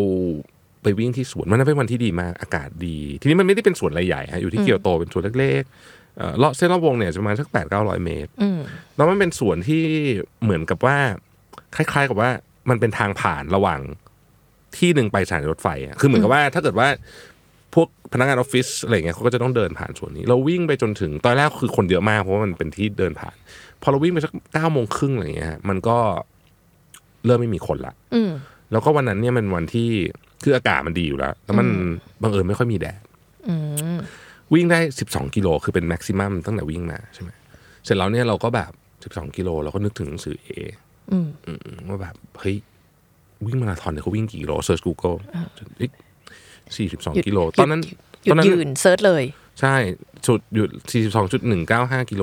ไปวิ่งที่สวนมันนนเป็นวันที่ดีมากอากาศดี ทีนี้มันไม่ได้เป็นสวนอะไรใหญ่ฮะอยู่ที่เกียวโตเป็นสวนเล็กๆเอ่อเลาะเส้นรอบวงเนี่ยจะประมาณสักแปดเก้าร้อยเมตร
อืม
แล้วมันเป็นสวนที่เหมือนกับว่า คล้ายๆกับว่ามันเป็นทางผ่านระหว่างที่หนึ่งไปสถานีรถไฟอะคือเหมือนกับว่าถ้าเกิดว่าพวกพนักงานออฟฟิศอะไรเงี้ยเขาก็จะต้องเดินผ่านสวนนี้ เราวิ่งไปจนถึงตอนแรกคือคนเยอะมากเพราะว่ามันเป็นที่เดินผ่าน พอเราวิ่งไปสักเก้าโมงครึ่งอะไรเงี้ยฮะมันก็เริ่มไม่มีคนละ
อืม
แล้วก็วันนั้นเนี่ยมันวันที่คืออากาศมันดีอยู่แล้ว แล้วมันบังเอิญไม่ค่อยมีแดดวิ่งได้สิบสองกิโลคือเป็นแม็กซิมัมตั้งแต่วิ่งมาใช่ไหมเสร็จแล้วเนี่ยเราก็แบบสิบสองกิโลเราก็นึกถึงหนังสือเอ
อืม
ว่าแบบเฮ้ยวิ่งมาราธอนเนี่ยเขาวิ่งกี่กิโลเซิร์ชกูเกิลสี่สิบสอง
หยุด
กิโล
หยุด
ตอนนั้น
หยุ
ตอ
ด
นนั้น
ยืนเซิร์ชเลย
ใช่จุดหยุดสี่สิบสองจุดหนึ่งเก้าห้ากิโล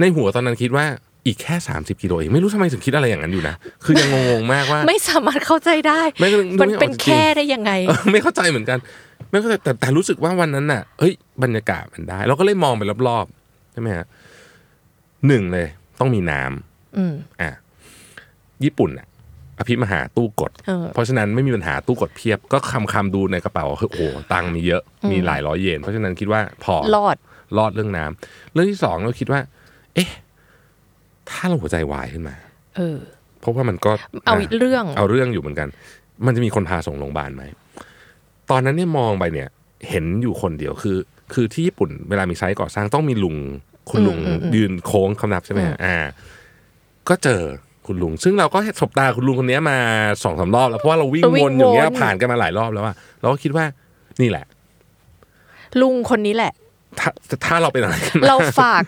ในหัวตอนนั้นคิดว่าอีกแค่สามสิบกิโลเองไม่รู้ทำไมถึงคิดอะไรอย่างนั้นอยู่นะคือยังงงๆมากว่า
ไม่สามารถเข้าใจได้
ไม่ก็นึก
มัน
ไม่ออก
เป็น
จริงๆ
แค่ได้ยังไง
เออ ไม่เข้าใจเหมือนกัน ไม่เข้าใจแต่แต่รู้สึกว่าวันนั้นน่ะเฮ้ยบรรยากาศมันได้ เราก็เลยมองไปรอบๆใช่ไหมฮะหนึ่งเลย ต้องมีน้ำ
อืม
อ่ะญี่ปุ่นอ่ะ อภิมหาตู้กด
เออ
เพราะฉะนั้นไม่มีปัญหาตู้กดเพียบ ก็คำคำๆดูในกระเป๋าเฮ้ยโอ้โหตังค์มีเยอะมีหลายร้อยเยน เพราะฉะนั้นคิดว่าพอ
รอด
รอดเรื่องน้ำเรื่องที่สองเราคิดว่า เอ๊ะ ถ้าเราหัวใจวายขึ้นมา
เออ
เพราะว่ามันก็
เอาเรื่อง
เอาเรื่องอยู่เหมือนกัน มันจะมีคนพาส่งโรงพยาบาลไหม ตอนนั้นเนี่ยมองไปเนี่ย เห็นอยู่คนเดียวคือ คือที่ญี่ปุ่นเวลามีไซต์ก่อสร้างต้องมีลุงคุณลุงยืนโค้งคำนับใช่ไหมฮะอ่า ก็เจอคุณลุง ซึ่งเราก็สบตาคุณลุงคนเนี้ยมาสองสามรอบแล้วเพราะว่าเราวิ่ง
วิ่
ว
ง
นอย่างเงี้ย
วน
ผ่านกันมาหลายรอบแล้วอะเราก็คิดว่านี่แหละ
ลุงคนนี้แหละ
ถ้าถ้าเราเป็นอะไรขึ้นม
เรา ฝาก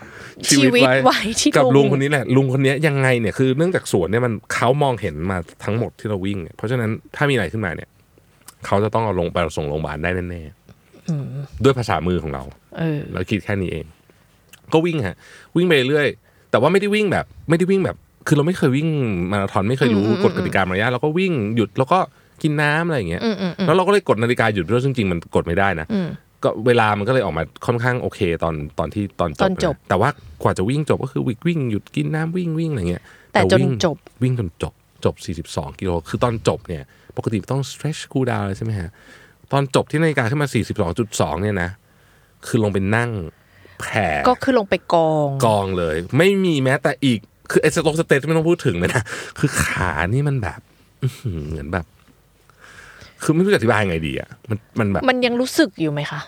ชีวิตไว้ที่
กับลุ
ลุ
ง
ง
คนนี้แหละลุงคนเนี้ยยังไงเนี่ยคือเนื่องจากสวนเนี่ยมันเขามองเห็นมาทั้งหมดที่เราวิ่งเนี่ยเพราะฉะนั้นถ้ามีอะไรขึ้นมาเนี่ย เขาจะต้องเอาลงไปส่งโรงพยาบาลได้แน่ๆด้วยภาษามือของเรา
เออ
เราคิดแค่นี้เอง ก็วิ่งฮะ วิ่งไปเรื่อยแต่ว่าไม่ได้วิ่งแบบ ไม่ได้วิ่งแบบ คือเราไม่เคยวิ่งมาราธอนไม่เคยรู้กฎกติกามารยาทเราก็วิ่งหยุดแล้วก็กินน้ำอะไรอย่างเงี้ยแล้วเราก็เลยกดนาฬิกาหยุดด้วยซึ่งจริงๆมันกดไม่ได้นะก็เวลามันก็เลยออกมาค่อนข้างโอเค ตอนตอนที่ตอนจบ
ตอนจบ
ะแต่ว่ากว่าจะวิ่งจบก็คือวิ่งวิ่งหยุดกินน้ำวิ่งวิ่งอะไรเงี้ย
แต่จน
วิ่ง
จบ
วิ่งจนจบจบ 42กิโลคือตอนจบเนี่ย ปกติต้อง stretch cool down เลยใช่ไหมฮะตอนจบที่นาฬิกาขึ้นมา 42.2 เนี่ยนะ คือลงไปนั่งแผ่
ก็คือลงไปกอง
กองเลย ไม่มีแม้แต่อีก คือไอ้สโลสเตจไม่ต้องพูดถึงเลยนะ คือขานี่มันแบบ อื้อหือเหมือนแบบ คือไม่รู้จะอธิบายไงดีอ่ะมันมันแบบ
มันยังรู้สึกอยู่ไหมคะ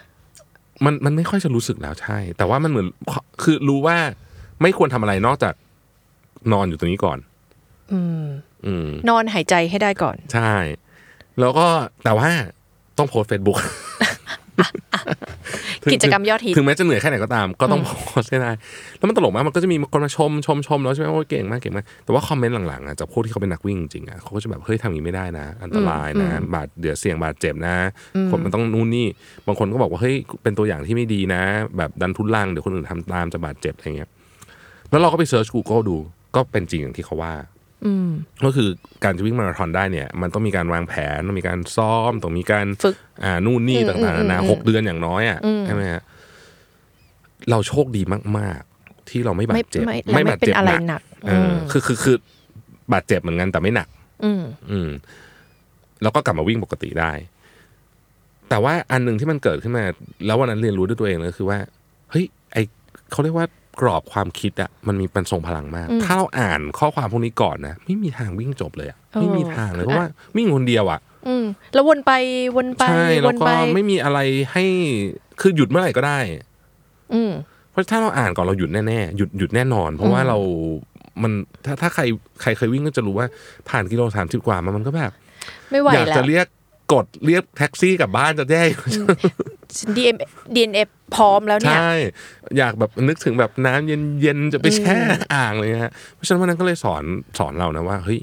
มันมันไม่ค่อยจะรู้สึกแล้วใช่ แต่ว่ามันเหมือนคือรู้ว่าไม่ควรทำอะไรนอกจากนอนอยู่ตรงนี้ก่อน อืม
นอนหายใจให้ได้ก่อน
ใช่ แล้วก็แต่ว่าต้องโพสเฟซบุ๊ก
กิจกรรมยอดฮิต
ถึงแม้จะเหนื่อยแค่ไหนก็ตาม ก็ต้องโพสให้ได้แล้วมันตลกมากมันก็จะมีคนมาชมชมชมแล้วใช่ไหมว่าเก่งมากเก่งมากแต่ว่าคอมเมนต์หลังๆอ่ะจากพวกที่เขาเป็นนักวิ่งจริงๆอ่ะเขาก็จะแบบเฮ้ยทำอย่างนี้ไม่ได้นะ อันตรายนะ บาดเดี๋ยวเสี่ยงบาดเจ็บนะ คนมันต้องนู่นนี่บางคนก็บอกว่าเฮ้ยเป็นตัวอย่างที่ไม่ดีนะ แบบดันทุนลังเดี๋ยวคนอื่นทำตามจะบาดเจ็บอะไรเงี้ยแล้วเราก็ไปเซิร์ช Google ดูก็เป็นจริงอย่างที่เขาว่า ก็คือการจะวิ่งมาราธอนได้เนี่ย มันต้องมีการวางแผนต้องมีการซ้อมต้องมีการ
ฝึก
อ่านู่นนี่ต่างๆนานาหกเดือนอย่างน้อยอ่ะใช่ไหมฮะ เราโชคดีมาก ๆ ที่เราไม่บาดเจ็บ
ไม่ไม่และไม่เป็นอะไรหนัก
เอออ
ม
คือคือคือบาดเจ็บเหมือนกันแต่ไม่หนัก
อืม
อืมแล้วก็กลับมาวิ่งปกติได้ แต่ว่าอันหนึ่งที่มันเกิดขึ้นมา แล้ววันนั้นเรียนรู้ด้วยตัวเองเลยคือว่าเฮ้ยไอเขาเรียกว่ากรอบความคิดอะมันมีมันทรงพลังมาก ถ้าเราอ่านข้อความพวกนี้ก่อนนะไม่มีทางวิ่งจบเลยอะไม่มีทางเลยเพราะว่าวิ่งคนเดียวอะ
อืม แล้ววนไปวนไป
ใช่
ว
แล้ว
น
ก็
ไป
ไม่มีอะไรให้คือหยุดเมื่อไหร่ก็ได้
อืม
เพราะถ้าเราอ่านก่อนเราหยุดแน่ๆหยุดหยุดแน่นอน เพราะว่าเรามันถ้าถ้าใครใครเคยวิ่งก็จะรู้ว่าผ่านกิโลสามสิบกว่ามามันก็แบบ
ไม่ไหว
อยาก
แล้
จะ
ว
เรียกกดเรียกแท็กซี่กลับบ้านจะได้
DM DNA พร้อมแล้วเนี่ย
ใช่ อยากแบบนึกถึงแบบน้ำเย็นๆจะไปแช่อ่างเลยฮะเพราะฉะนั้นวันนั้นก็เลยสอนสอนเรานะว่าเฮ้ย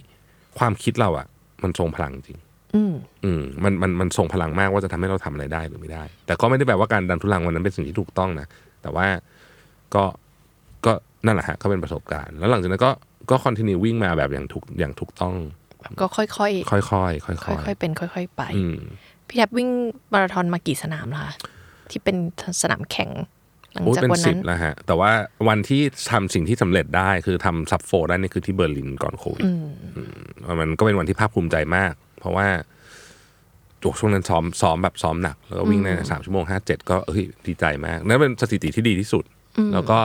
ความคิดเราอ่ะ มันทรงพลังจริง
อืม
อืมมันมันมันส่งพลังมากว่าจะทำให้เราทำอะไรได้หรือไม่ได้ แต่ก็ไม่ได้แปลว่าการดันทุลังวันนั้นเป็นสิ่งที่ถูกต้องนะ แต่ว่าก็ก็นั่นแหละฮะก็เป็นประสบการณ์ แล้วหลังจากนั้นก็ก็คอนติเนียวิ่งมาแบบอย่างถูกอย่างถูกต้อง
ก็ค่อยๆ ค่
ค่อยๆค่อยๆ
อยๆ เป็น ค่อย ๆ ไป
อืม
พี่แทบวิ่งมาราธอนมากี่สนามล่ะคะที่เป็นสนามแข่ง หลัง
โอ้ย
จาก
เป็น
วัน
สิ
นั้น
บแล้วฮะ แต่ว่าวันที่ทำสิ่งที่สำเร็จได้คือทำซับโฟได้นี่คือที่เบอร์ลินก่อนโควิดอืมมันก็เป็นวันที่ภาคภูมิใจมาก เพราะว่าโอ้ช่วงนั้นซ้อมซ้อมแบบซ้อมหนัก แล้วก็วิ่งในสามชั่วโมงห้าเจ็ดก็เฮ้ยดีใจมากนั่นเป็นสถิติที่ดีที่สุด แล้วก็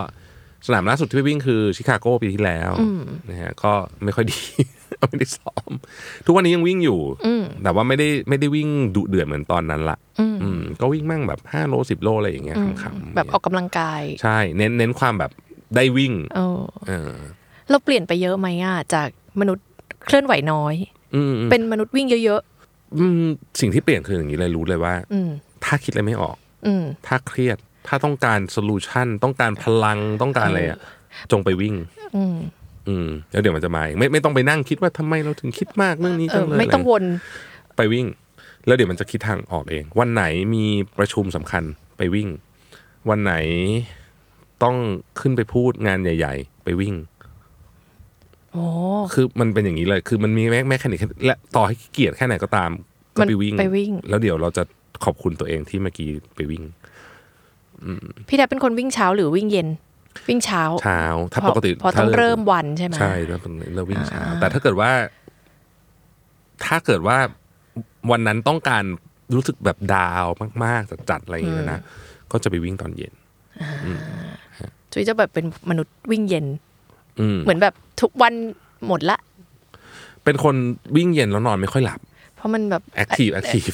สนามล่าสุดที่ไปวิ่งคือชิคาโกปีที่แล้วนะฮะก็ไม่ค่อยดี ไม่ได้ซ้อม ทุกวันนี้ยังวิ่งอยู่ แต่ว่าไม่ได้ไม่ได้วิ่งดุเดือดเหมือนตอนนั้นละอืมก็วิ่งมั่งแบบห้าโลสิบโลอะไรอย่างเงี้ยขำๆ
แบบออกกำลังกาย
ใช่ เน้นเน้นความแบบได้วิ่ง
เออ
เออ
เราเปลี่ยนไปเยอะไหมอ่ะ จากมนุษย์เคลื่อนไหวน้อย
อืม
เป็นมนุษย์วิ่งเยอะ
อืมสิ่งที่เปลี่ยนคืออย่างนี้เลยรู้เลยว่า
ๆ อืม
ถ้าคิดอะไรไม่ออก
อืม
ถ้าเครียด ถ้าต้องการโซลูชันต้องการพลังต้องการอะไรอ่ะ จงไปวิ่ง
อืม
อืมแล้วเดี๋ยวมันจะมาเองไม่ไม่ต้องไปนั่งคิดว่าทำไมเราถึงคิดมากเรื่องนี้
เอ
จั
อง
เลย
ไม่ต้องวน
ไปวิ่ง แล้วเดี๋ยวมันจะคิดทางออกเอง วันไหนมีประชุมสำคัญไปวิ่ง วันไหนต้องขึ้นไปพูดงานใหญ่ ๆ ไปวิ่ง
โอ้
คือมันเป็นอย่างนี้เลย คือมันมีแม่แม่แค่นี้และต่อให้ขี้เกียจแค่ไหนก็ตาม ก็ไปวิ่ง
มันไปวิ่ง
แล้วเดี๋ยวเราจะขอบคุณตัวเองที่เมื่อกี้ไปวิ่ง
พี่แทบเป็นคนวิ่งเช้าหรือวิ่งเย็น วิ่งเช้า
เช้า ถ้า
พอ
ปกติ
พอต้อง
ถ้า
เริ่มวันใช่ไหม
ใช่แล้วเราวิ่งเช้า แต่ถ้าเกิดว่า ถ้าเกิดว่าวันนั้นต้องการรู้สึกแบบดาวมากๆจัดๆอะไรอย่างเงี้ยนะก็จะไปวิ่งตอนเย็น
จุ้ยจะแบบเป็นมนุษย์วิ่งเย็น
อืม
เหมือนแบบทุกวันหมดละ
เป็นคนวิ่งเย็นแล้วนอนไม่ค่อยหลับ
เพราะมันแบบ
แอคทีฟ แอคทีฟ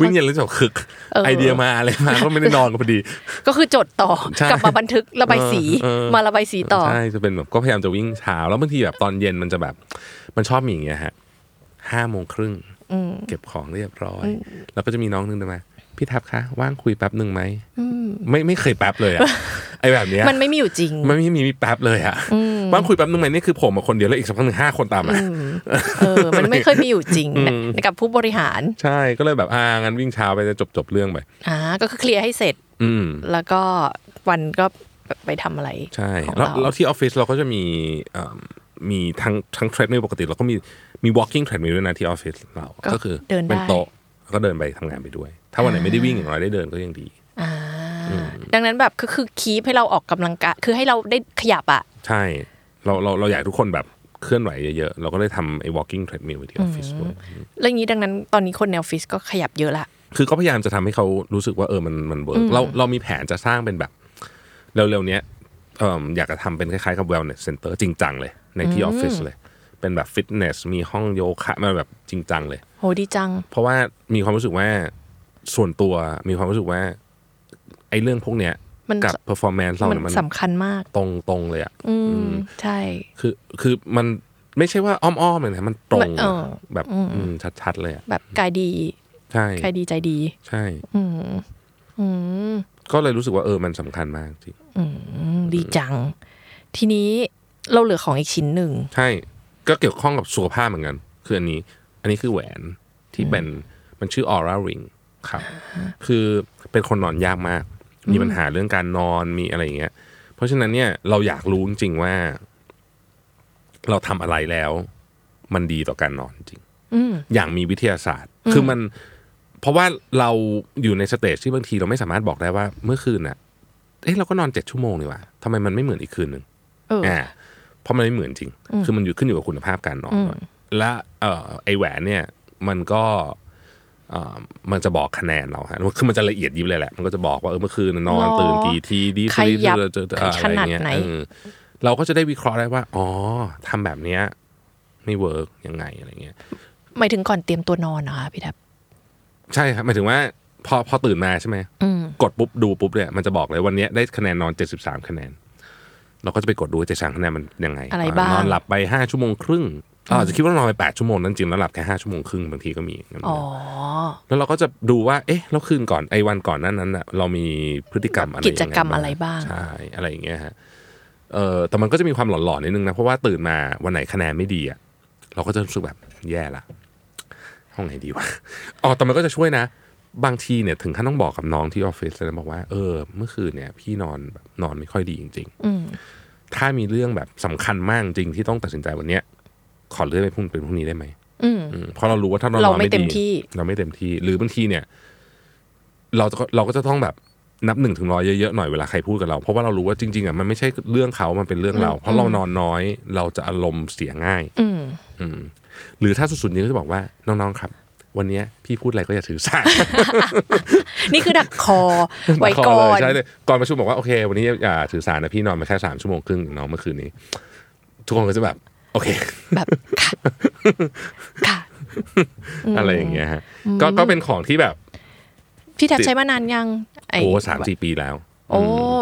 วิ่งเย็นแล้วจะคึก
เออ
ไอเดียมาอะไรมาก็ไม่ได้นอนก็พอดี
ก็คือจดต่อ
ใช่
กลับมาบันทึกระบายสี
เออเออ
มาระบายสีต่อ
ใช่จะเป็นแบบก็พยายามจะวิ่งเช้าแล้วบางทีแบบตอนเย็นมันจะแบบ มันชอบมีอย่างเงี้ยฮะห้าโมงครึ่งเก็บของเรียบร้อย แล้วก็จะมีน้องนึงเดินมาพี่ทับคะว่างคุยแป๊บหนึ่งไหมไม่ไม่เคยแป๊บเลยอะ ไอแบบเนี้ย
มันไม่มีอยู่จริง
มันไม่มีมีแป๊บเลยอะว่างคุยแป๊บหนึ่งไหมนี่คือผมกับคนเดียวแล้วอีกสักพักหนึ่งห้าคนตามมา
เออ มันไม่เคยมีอยู่จริงนะกับผู้บริหาร
ใช่ก็เลยแบบอ่างั้นวิ่งเช้าไปจะจบจบเรื่องไป
อ่า ก็คือเคลียร์ให้เสร็จ
อืม
แล้วก็วันก็ไปทำอะไร
ใช่
ของ
แล้ว
เรา
แล้วที่ออฟฟิศเราก็จะมีเอิ่มมีทั้งทั้งเทรดมิลปกติเราก็มีมี walking treadmill ด้วยนะที่ออฟฟิศเรา
ก็
ก็คือ
เดินได้
เป็นโต๊ะแล้วก็เดินไปทำงานไปด้วย ถ้าวันไหนไม่ได้วิ่งอย่างน้อยได้เดินก็ยังดี
อ่า ดังนั้นแบบก็คือคีปให้เราออกกำลังกาย คือให้เราได้ขยับอ่ะ
ใช่เราเราเราอยากให้ทุกคนแบบเคลื่อนไหวเยอะๆ เราก็เลยทำไอ้ walking treadmill ไว้ที่ออฟฟิศด้วย
แล้วอย่างนี้ดังนั้นตอนนี้คนในออฟฟิศก็ขยับเยอะละ
คือก็พยายามจะทำให้เขารู้สึกว่าเออมันมันเวิร์กเราเรามีแผนจะสร้างเป็นแบบ เร็วๆเนี้ยเอิ่มอยากจะทำเป็นคล้ายๆกับ wellness center จริงจังเลย ในที่ออฟฟิศเลย เป็นแบบฟิตเนสมีห้องโยคะมาแบบจริงจังเลย
โหดีจัง
เพราะว่ามีความรู้สึกว่าส่วนตัวมีความรู้สึกว่า ไอ้เรื่องพวกเนี้ย
มัน
กับ performance เรา
มัน
เนี่ยมัน
สำคัญมาก
ตรงตรงๆเลยอ่ะ
อืม ใช่
คือคือมันไม่ใช่ว่าอ้อมๆเลยนะมันตรง
มัน
อะ
เออ
แบบอืมชัดๆเลยอ่ะ
แบบกายดี
ใช่
กายดีใจดี
ใช่
อืมอืม
ก็เลยรู้สึกว่าเออมันสำคัญมากจริง
อืมดีจัง ทีนี้เราเหลือของอีกชิ้นหนึ่ง
ใช่ ก็เกี่ยวข้องกับสุขภาพเหมือนกันคืออันนี้ อันนี้คือแหวนที่เป็นมันชื่อ aura ring ครับ คือเป็นคนนอนยากมาก มีปัญหาเรื่องการนอนมีอะไรอย่างเงี้ย เพราะฉะนั้นเนี่ยเราอยากรู้จริงๆว่า เราทำอะไรแล้ว มันดีต่อการนอนจริงอย่างมีวิทยาศาสตร์ คือมัน เพราะว่าเราอยู่ในสเตจที่บางทีเราไม่สามารถบอกได้ว่า เมื่อคืนน่ะ เอ๊ะเราก็นอนเจ็ดชั่วโมงนี่ว่ะทำไมมันไม่เหมือนอีกคืนหนึ่ง
เอออ่
าเพราะมันไม่เหมือนจริง คือมันอยู่ขึ้นอยู่กับคุณภาพการนอนด้วยและเอ่อไอแหวนเนี่ยมันก็เอ่อมันจะบอกคะแนนเราฮะคือมันจะละเอียดยิบเลยแหละ มันก็จะบอกว่าเออเมื่อคืนนอน
หรอ
ตื่นกี่ทีดี
ขยับ
เจอเจอเจอ
ข
อะไร
นาด
เงี้ย
ไหน
เออเราก็จะได้วิเคราะห์ได้ว่า อ๋อทำแบบเนี้ยไม่เวิร์กยังไงอะไรเงี้ย
หมายถึงก่อนเตรียมตัวนอนนะคะพี่แท็บ
ใช่ครับหมายถึงว่าพอพอตื่นมาใช่ไหม
อืม
กดปุ๊บดูปุ๊บเนี่ยมันจะบอกเลยวันเนี้ยได้คะแนนนอน 73 คะแนน เราก็จะไปกดดูว่าเจ็ดสามคะแนนมันยังไง
อะไรบ้าง
นอนหลับไปห้าชั่วโมงครึ่งเราอาจจะคิดว่านอนไปแปดชั่วโมงนั้นจริงแล้วหลับแค่ห้าชั่วโมงครึ่งบางทีก็มีอย่างนั้น
อ๋อ
แล้วเราก็จะดูว่าเอ๊ะแล้วคืนก่อนไอ้วันก่อนนั้นนั้นอ่ะเรามีพฤติกรรมอะไร
กิจกรรมอะไรบ้าง
ใช่อะไรอย่างเงี้ยฮะเออแต่มันก็จะมีความหลอนๆนิดนึงนะเพราะว่าตื่นมาวันไหนคะแนนไม่ดีอ่ะเราก็จะรู้สึกแบบแย่ละ ห้องไหนดีวะ อ๋อ แต่มันก็จะช่วยนะ บางทีเนี่ยถึงขั้นต้องบอกกับน้องที่ออฟฟิศเลยนะบอกว่า เออ เมื่อคืนเนี่ย พี่นอนแบบนอนไม่ค่อยดีจริงๆถ้ามีเรื่องแบบสำคัญมากจริงที่ต้องตัดสินใจวันเนี้ย ขอเลื่อนไปพรุ่งเป็นพรุ่งนี้ได้ไหม
อืม
อืมเพราะเรารู้ว่าถ้าเรานอน
เราไม่
ไม่
เต็
ดี
มที่
เราไม่เต็มที่ หรือบางทีเนี่ย เราจะเราก็จะต้องแบบนับหนึ่งถึงร้อยเยอะๆหน่อยเวลาใครพูดกับเรา เพราะว่าเรารู้ว่าจริงๆอ่ะมันไม่ใช่เรื่องเขามันเป็นเรื่องเรา เพราะเรานอนน้อย เราจะอารมณ์เสียง่าย
อืม
อืมหรือถ้าสุดๆนี้ก็จะบอกว่าน้องๆครับ วันเนี้ยพี่พูดอะไรก็อย่าถือสา
นี่คือดักค อ ไว้ก่อน
ใช่เลยก่อนประชุมบอกว่าโอเค วันนี้อย่าถือสานะพี่นอนมาแค่สามชั่วโมงครึ่งน้องเมื่อคืนนี้ ทุกคนก็จะแบบ โอเค
แบบค่ะค่ะ
อะไรอย่างเงี้ยฮะก็ก็เป็นของที่แบบ
พี่แท็บใช้มานานยังไ
โอ้สามสี่ปีแล้ว
โอ้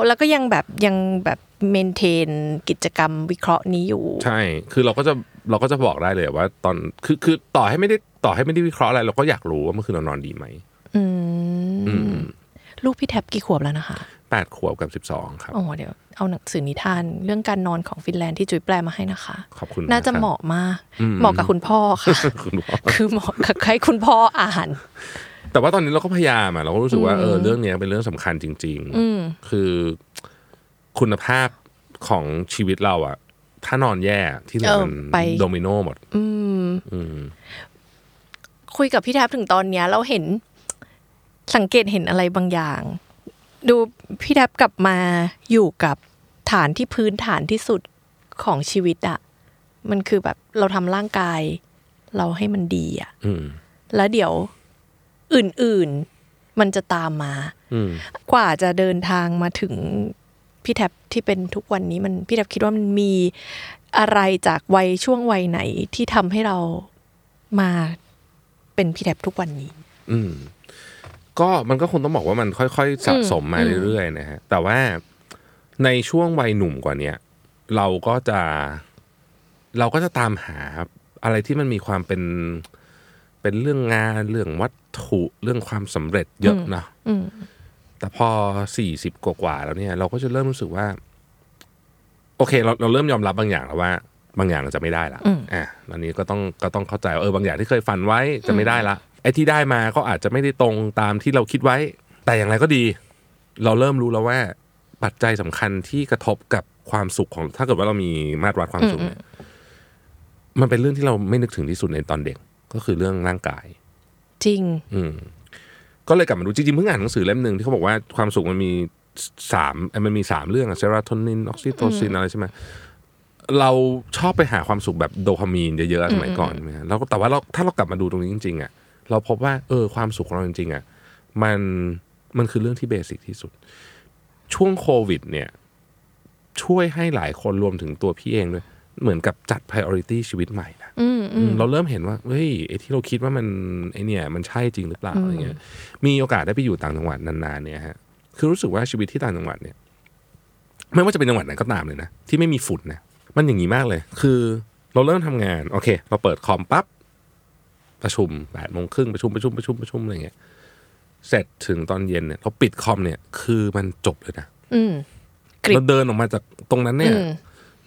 แล้วก็ยังแบบยังแบบเมนเทนกิจกรรมวิเคราะห์นี้อยู่
ใช่ คือเราก็จะเราก็จะบอกได้เลยว่า ตอนคือคือต่อให้ไม่ได้ต่อให้ไม่ได้วิเคราะห์อะไรเราก็อยากรู้ว่าเมื่อคืนเรานอนดีไหม
อืม
อืม
ลูกพี่แท็บกี่ขวบแล้วนะคะ
แปดขวบกับสิบสองครับ
โอ้เดี๋ยวเอาหนังสือนิทาน เรื่องการนอนของฟินแลนด์ที่จุ๋ยแปลมาให้นะคะ
ขอบคุณ
น่าจะ
ครับ
เหมาะมาก
อืม
เหมาะกับคุณพ่อค่ะ
คุณพ่อ
คือเหมาะกับให้คุณพ่ออ่าน
แต่ว่าตอนนี้เราก็พยายามอะเราก็รู้สึกว่าเออเรื่องเนี้ยเป็นเรื่องสำคัญจริง ๆ คือคุณภาพของชีวิตเราอะถ้านอนแย่ที่เหลือ
เออ
มัน
ไป
โดมิโนหมด
คุยกับพี่แท็บถึงตอนเนี้ยเราเห็นสังเกตเห็นอะไรบางอย่าง ดูพี่แท็บกลับมาอยู่กับฐานที่พื้นฐานที่สุดของชีวิตอะมันคือแบบเราทำร่างกาย เราให้มันดีอะ
อืม
แล้วเดี๋ยวอื่นๆมันจะตามมา
อืม
กว่าจะเดินทางมาถึงพี่แท็บที่เป็นทุกวันนี้มันพี่แท็บคิดว่ามันมีอะไรจากวัยช่วงวัยไหนที่ทำให้เรามาเป็นพี่แท็บทุกวันนี้
อืม ก็มันก็คงต้องบอกว่ามันค่อยๆสะสมมาเรื่อยๆนะฮะแต่ว่าในช่วงวัยหนุ่มกว่าเนี้ยเราก็จะ เราก็จะตามหาอะไรที่มันมีความเป็น เป็นเรื่องงานเรื่องวัตถุเรื่องความสำเร็จเยอะเนอะ
อืม
แต่พอสี่สิบกว่าๆแล้วเนี่ย เราก็จะเริ่มรู้สึกว่า โอเค เราเราเริ่มยอมรับบางอย่างแล้วว่า บางอย่างเราจะไม่ได้ละอ่ะตอนนี้ก็ต้องก็ต้องเข้าใจว่าเออบางอย่างที่เคยฝันไว้จะไม่ได้ละไอ้ที่ได้มาก็อาจจะไม่ได้ตรงตามที่เราคิดไว้ แต่อย่างไรก็ดี เราเริ่มรู้แล้วว่า ปัจจัยสำคัญที่กระทบกับความสุขของ ถ้าเกิดว่าเรามีมาตรวัดความสุขเนี่ยมันเป็นเรื่องที่เราไม่นึกถึงที่สุดในตอนเด็ก ก็คือเรื่องร่างกาย
จริง
อืมก็เลยกลับมาดูจริงๆเพิ่งอ่านหนังสือเล่มหนึ่งที่เขาบอกว่าความสุขมันมีสามเอ้ยมันมีสามเรื่องอะเซโรโทนินออกซิโทซินอะไรใช่ไหมเราชอบไปหาความสุขแบบโดพามีนเยอะๆสมัยก่อนใช่ไหมฮะแล้วก็แต่ว่าเราถ้าเรากลับมาดูตรงนี้จริงๆอ่ะเราพบว่า เออ ความสุขของเราจริงๆอ่ะมันมันคือเรื่องที่เบสิกที่สุด ช่วงโควิด เนี่ย ช่วยให้หลายคนรวมถึงตัวพี่เองด้วยเหมือนกับจัด priority ชีวิตใหม่นะ
อืมอืม
เราเริ่มเห็นว่าเฮ้ยไอ้ที่เราคิดว่ามันไอ้เนี่ยมันใช่จริงหรือเปล่าอะไรเงี้ยมีโอกาสได้ไปอยู่ต่างจังหวัดนานๆเนี่ยฮะคือรู้สึกว่าชีวิตที่ต่างจังหวัดเนี่ย ไม่ว่าจะเป็นจังหวัดไหนก็ตามเลยนะที่ไม่มีฝุ่นนะมันอย่างนี้มากเลย คือเราเริ่มทำงานโอเค เราเปิดคอมปั๊บประชุมแปดโมงครึ่งประชุมประชุมประชุมประชุมอะไรเงี้ยเสร็จถึงตอนเย็นเนี่ยเราปิดคอมเนี่ย คือมันจบเลยนะ
อืม กริบ
เราเดินออกมาจากตรงนั้นเนี่ย
อืม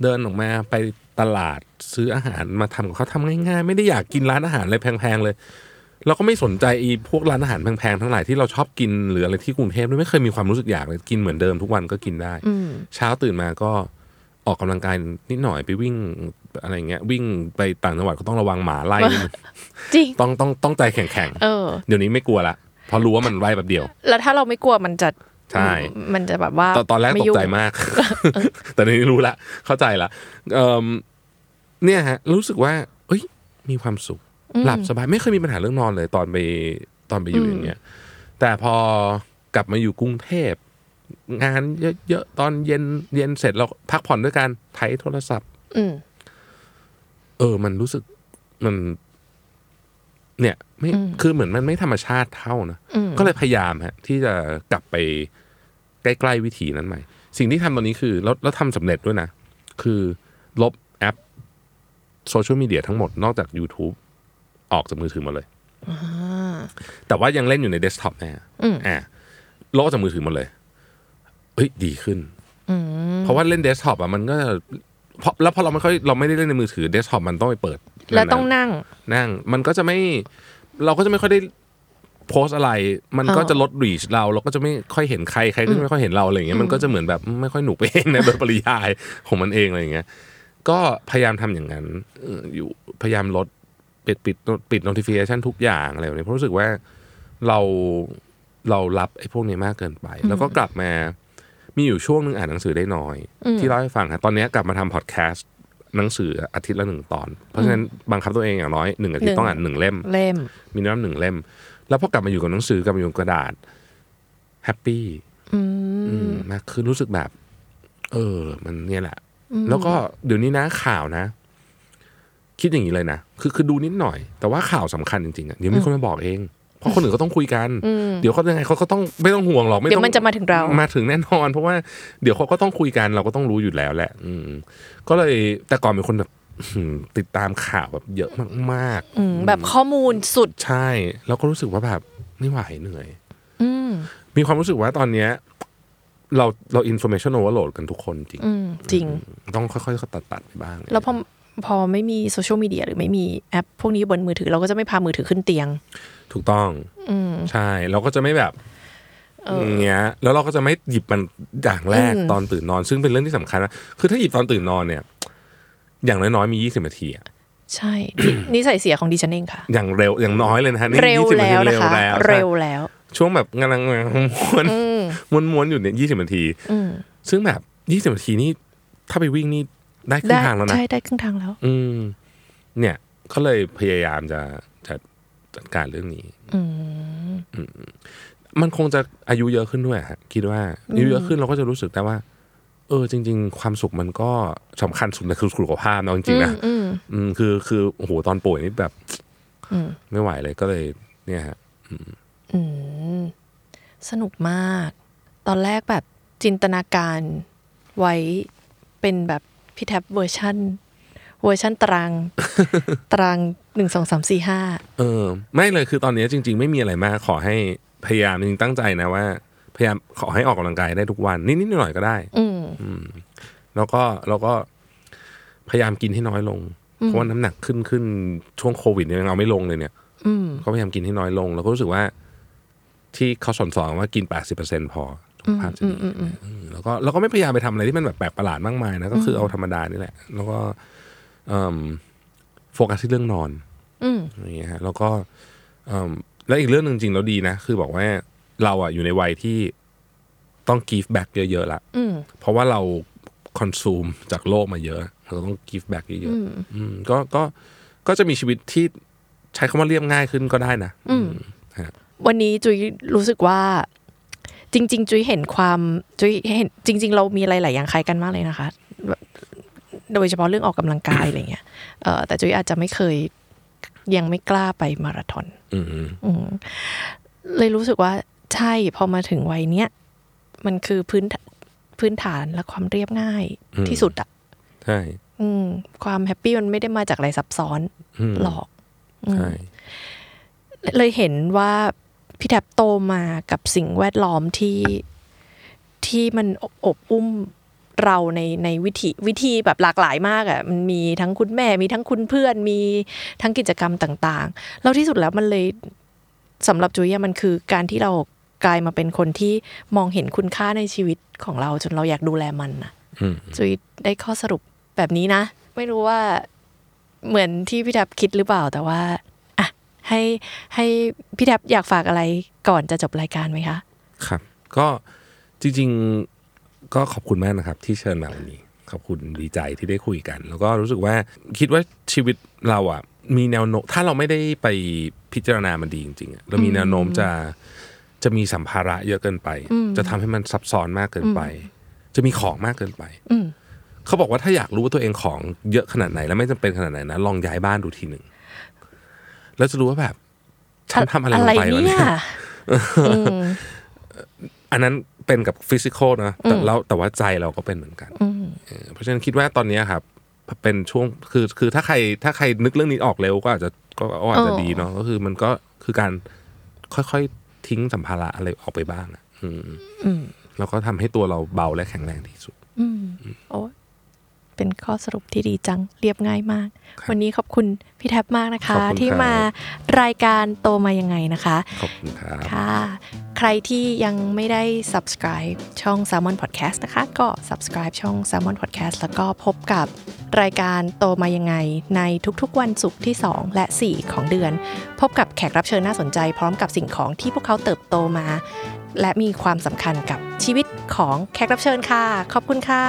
เดินออกมาไปตลาดซื้ออาหารมาทำกับเขาวทำง่ายๆ ไม่ได้อยากกินร้านอาหารอะไรแพงๆเลยเราก็ไม่สนใจอีพวกร้านอาหารแพงๆทั้งหลายที่เราชอบกินหรืออะไรที่กรุงเทพด้วยไม่เคยมีความรู้สึกอยากเลยกินเหมือนเดิมทุกวันก็กินได้ เช้าตื่นมาก็ออกกำลังกายนิดหน่อยไปวิ่งอะไรเงี้ย วิ่งไปต่างจังหวัดก็ต้องระวังหมาไล่นิดนึง
จริง
ต้องต้องต้องใจแข็ง
เออ
ๆเดี๋ยวนี้ไม่กลัวละเพราะรู้ว่ามันไล่แบบเดียว
แล้วถ้าเราไม่กลัวมันจะ
ใช่
มันจะแบบว่า
ตอนตอนแรกตก
ไยุ่ง
ใจมาก แต่ตอนนี้รู้ละ เข้าใจละเอิ่มเนี่ยฮะ รู้สึกว่า เอ้ย มีความสุข หลับสบาย ไม่เคยมีปัญหาเรื่องนอนเลย ตอนไปตอนไปอยู่อย่างเงี้ย แต่พอกลับมาอยู่กรุงเทพ งานเยอะๆ ตอนเย็นเย็นเสร็จเราพักผ่อนด้วยการไถโทรศัพท์
อืม
เออ มันรู้สึกมัน เนี่ย ไม่คือเหมือนมันไม่ธรรมชาติเท่านะก็เลยพยายามฮะ ที่จะกลับไปใกล้ๆวิถีนั้นใหม่ สิ่งที่ทำตอนนี้คือ แล้วแล้วทำสำเร็จด้วยนะ คือลบแอปโซเชียลมีเดียทั้งหมดนอกจาก YouTube ออกจากมือถือหมดเลยแต่ว่ายังเล่นอยู่ในเดสก์ท็อปนะฮะอ่าลบออกจากมือถือหมดเลยเฮ้ยดีขึ้นเพราะว่าเล่นเดสก์ท็อปอ่ะมันก็เพราะแล้วพอเราไม่ค่อยเราไม่ได้เล่นในมือถือเดสก์ท็อปมันต้องไปเปิด
แล้วต้อง
นั่นๆ
นั่ง
นั่งมันก็จะไม่เราก็จะไม่ค่อยได้โพสต์อะไร มันก็
อ๋อ
จะลดรีชเรา เราก็จะไม่ค่อยเห็นใครใครก็จะไม่ค่อยเห็นเราอะไรอย่างเงี้ยมันก็จะเหมือนแบบไม่ค่อยหนุกไปเองในโดยปริยายของมันเองอะไรอย่างเงี้ยก็พยายามทำอย่างนั้นเอ่ออยู่พยายามลดปิดปิดปิด notification ทุกอย่างอะไรแบบนี้เพราะรู้สึกว่าเราเรารับไอ้พวกนี้มากเกินไป แล้วก็กลับมามีอยู่ช่วงหนึงอ่านหนังสือได้น้อย ที่เล่าให้ฟังครับตอนเนี้ยกลับมาทำพอดแคสต์หนังสืออาทิตย์ละหนึ่งตอน เพราะฉะนั้นบังคับตัวเองอย่างน้อยหนึ่งอาทิตย์ต้องอ่านหนึ่งเล่ม
เล่ม
มีน้ำหนึ่งเล่ม แล้วพอกลับมาอยู่กับหนังสือกลับมาอยู่กับกระดาษแฮปปี้อืมมากขึ้นรู้สึกแบบ เออ มันเนี่ยแหละ แล้วก็เดี๋ยวนี้นะข่าวนะ คิดอย่างนี้เลยนะคือคือดูนิดหน่อย แต่ว่าข่าวสำคัญจริงๆอะเดี๋ยวมีคนมาบอกเอง เพราะคนอื่นก็ต้องคุยกัน เดี๋ยวเขายังไงเขาก็ต้องไม่ต้องห่วงหรอกไม่
เดี๋
ต้
ย
อ
ว
ง
มันจะมาถึงเรา
มาถึงแน่นอน เพราะว่าเดี๋ยวเขาก็ต้องคุยกันเราก็ต้องรู้อยู่แล้วแหละ อืม ก็เลยแต่ก่อนเป็นคนแบบ ติดตามข่าวแบบเยอะมากๆ
อืมแบบข้อมูลสุด
ใช่ แล้วก็รู้สึกว่าแบบไม่ไหวเหนื่อย
อืม
มีความรู้สึกว่าตอนเนี้ยเราเราอินโฟเมชันโอเวอร์โหลดกันทุกคนจริง
อืมจริง
ต้องค่อยๆตัดตัดๆไปบ้าง
แล้วพอพอไม่มีโซเชียลมีเดียหรือไม่มีแอป พวกนี้บนมือถือเราก็จะไม่พามือถือขึ้นเตียง
ถูกต้องใช่ เราก็จะไม่แบบอย่างเงี้ย แล้วเราก็จะไม่หยิบมันอย่างแรกตอนตื่นนอน ซึ่งเป็นเรื่องที่สำคัญนะคือถ้าหยิบตอนตื่นนอนเนี่ย อย่างน้อยๆมี 20นาทีอะ
ใช่ นิ นิสัยเสียของดิฉันเองค่ะ
อย่างเร็วอย่างน้อยเลยนะฮะนี่
เร็ว
20นา
แล้วนะ
ทีเร็ว
คะ
แล้ว
เร็วแล้ว
ช่วงแบบกำลังม้วนม้วนม้วนๆอยู่เนี่ยยี่สิบนาทีซึ่งแบบยี่สิบนาทีนี่ถ้าไปวิ่งนี่ได้ครึ่
ได้
งทางแล้วนะ
ใช่ได้ครึ่งทางแล้ว
อืม เนี่ยก็เลยพยายามจะจะจัดการเรื่องนี้อืมมันคงจะอายุเยอะขึ้นด้วยฮะคิดว่าอายุเยอะขึ้นเราก็จะรู้สึกแต่ว่า เออ จริง ๆ ความสุขมันก็สำคัญสุดเลยคือสุขภาพเนาะจริงๆนะอืมคือคือโอ้โหตอนป่วยนี่แบบไม่ไหวเลยก็เลย เนี่ยฮะ
สนุกมาก ตอนแรกแบบจินตนาการไว้เป็นแบบพี่แท็บเวอร์ชันเวอร์ชันต าราง ตารางหนึ่งสองสามสี่ห้า
เออไม่เลยคือตอนนี้จริง ๆ ไม่มีอะไรมากขอให้พยายามจริงๆตั้งใจนะว่า พยายามขอให้ออกกำลังกายได้ทุกวันนิดๆหน่อยๆก็ได้
อืม
แล้วก็แล้วก็พยายามกินให้น้อยลง เพราะว่าน้ำหนักขึ้นขึ้นช่วงโควิดเนี่ยยังเอาไม่ลงเลยเนี่ยก็พยายามกินให้น้อยลง แล้วก็รู้สึกว่า ที่เขาสอนสอนว่ากิน 80%พอสุขภาพจะดีอืมแล้วก็แล้วก็ไม่พยายามไปทำอะไรที่มันแบบแปลกประหลาดมากมายนะก็คือเอาธรรมดานี่แหละ แล้วก็เอิ่มโฟกัสที่เรื่องนอน
อืม
อย่างเงี้ยฮะแล้วก็เอิ่มแล้วอีกเรื่องหนึ่งจริงแล้วดีนะ คือบอกว่าเราอะอยู่ในวัยที่ต้อง give back เยอะๆละ
อืม
เพราะว่าเราคอนซูมจากโลกมาเยอะ เราต้องกิฟต์แบ็กเยอะๆอืมก็ก็ก็จะมีชีวิตที่ใช้คำว่าเรียบง่ายขึ้นก็ได้นะ อืมฮะ
วันนี้จุยรู้สึกว่า จริง ๆ จุยเห็นความจุยเห็น จริง ๆ เรามีอะไรหลายอย่างคล้ายกันมากเลยนะคะแบบโดยเฉพาะเรื่องออกกำลังกายอะไรเงี้ยเออแต่จุยอาจจะไม่เคยยังไม่กล้าไปมาราธอน
อืม
เลยรู้สึกว่าใช่พอมาถึงวัยเนี้ยมันคือพื้นฐพื้นฐานและความเรียบง่ายที่สุดอะ
ใช่
อืม ความแฮปปี้มันไม่ได้มาจากอะไรซับซ้อน
อืม
หรอก
ใช่
เลยเห็นว่าพี่แท็บโตมากับสิ่งแวดล้อมที่ที่มันอบอบอุ้มเราในในวิธีวิธีแบบหลากหลายมากอะ่ะมันมีทั้งคุณแม่มีทั้งคุณเพื่อนมีทั้งกิจกรรมต่างๆ แล้วที่สุดแล้วมันเลยสำหรับจุยอะมันคือการที่เรากลายมาเป็นคนที่มองเห็นคุณค่าในชีวิตของเราจนเราอยากดูแลมันนะ
อืม
จุยได้ข้อสรุปแบบนี้นะ ไม่รู้ว่าเหมือนที่พี่แทบคิดหรือเปล่าแต่ว่าอ่ะให้ให้พี่แทบอยากฝากอะไรก่อนจะจบรายการไหมคะ
ครับ ก็ จริงๆก็ขอบคุณมากนะครับ ที่เชิญมาวันนี้ ขอบคุณดีใจที่ได้คุยกัน แล้วก็รู้สึกว่าคิดว่าชีวิตเราอ่ะ มีแนวโน้มถ้าเราไม่ได้ไปพิจารณามันดีจริงๆอะเรามีแนวโน้มจะจะมีสัมภาระเยอะเกินไป จะทำให้มันซับซ้อนมากเกินไป จะมีของมากเกินไปเขาบอกว่าถ้าอยากรู้ว่าตัวเองของเยอะขนาดไหน และไม่จำเป็นขนาดไหนนะลองย้ายบ้านดูทีหนึ่งแล้วจะรู้ว่าแบบฉันทำอะไรลงไปวะ
เนี่
เนี่ย ย อันนั้นเป็นกับฟิสิกอลนะแต่เราแต่ว่าใจเราก็เป็นเหมือนกันเออเพราะฉะนั้นคิดว่าตอนเนี้ยครับ เป็นช่วงคือคือถ้าใครถ้าใครนึกเรื่องนี้ออกเร็วก็อาจจะก็ก็อาจจะ
เออ
ดีเนาะก็คือมันก็คือการค่อยๆทิ้งสัมภาระอะไรออกไปบ้างอะอืมแล้วก็ทำให้ตัวเราเบาและแข็งแรงที่สุด
โอ้ยเป็นข้อสรุปที่ดีจัง เรียบง่ายมาก วันนี้ขอบคุณพี่แท็บมากนะคะ
ขอบคุณ
ที่
ครับ
มารายการโตมายังไงนะคะ
ขอบคุณครับ
ค่ะ ใครที่ยังไม่ได้ subscribe ช่อง Salmon Podcast นะคะ ก็ subscribe ช่อง Salmon Podcast แล้วก็พบกับรายการโตมายังไง ในทุกๆวันศุกร์ที่ 2 และ 4 ของเดือน พบกับแขกรับเชิญน่าสนใจพร้อมกับสิ่งของที่พวกเขาเติบโตมา และมีความสำคัญกับชีวิตของแขกรับเชิญค่ะ ขอบคุณค่ะ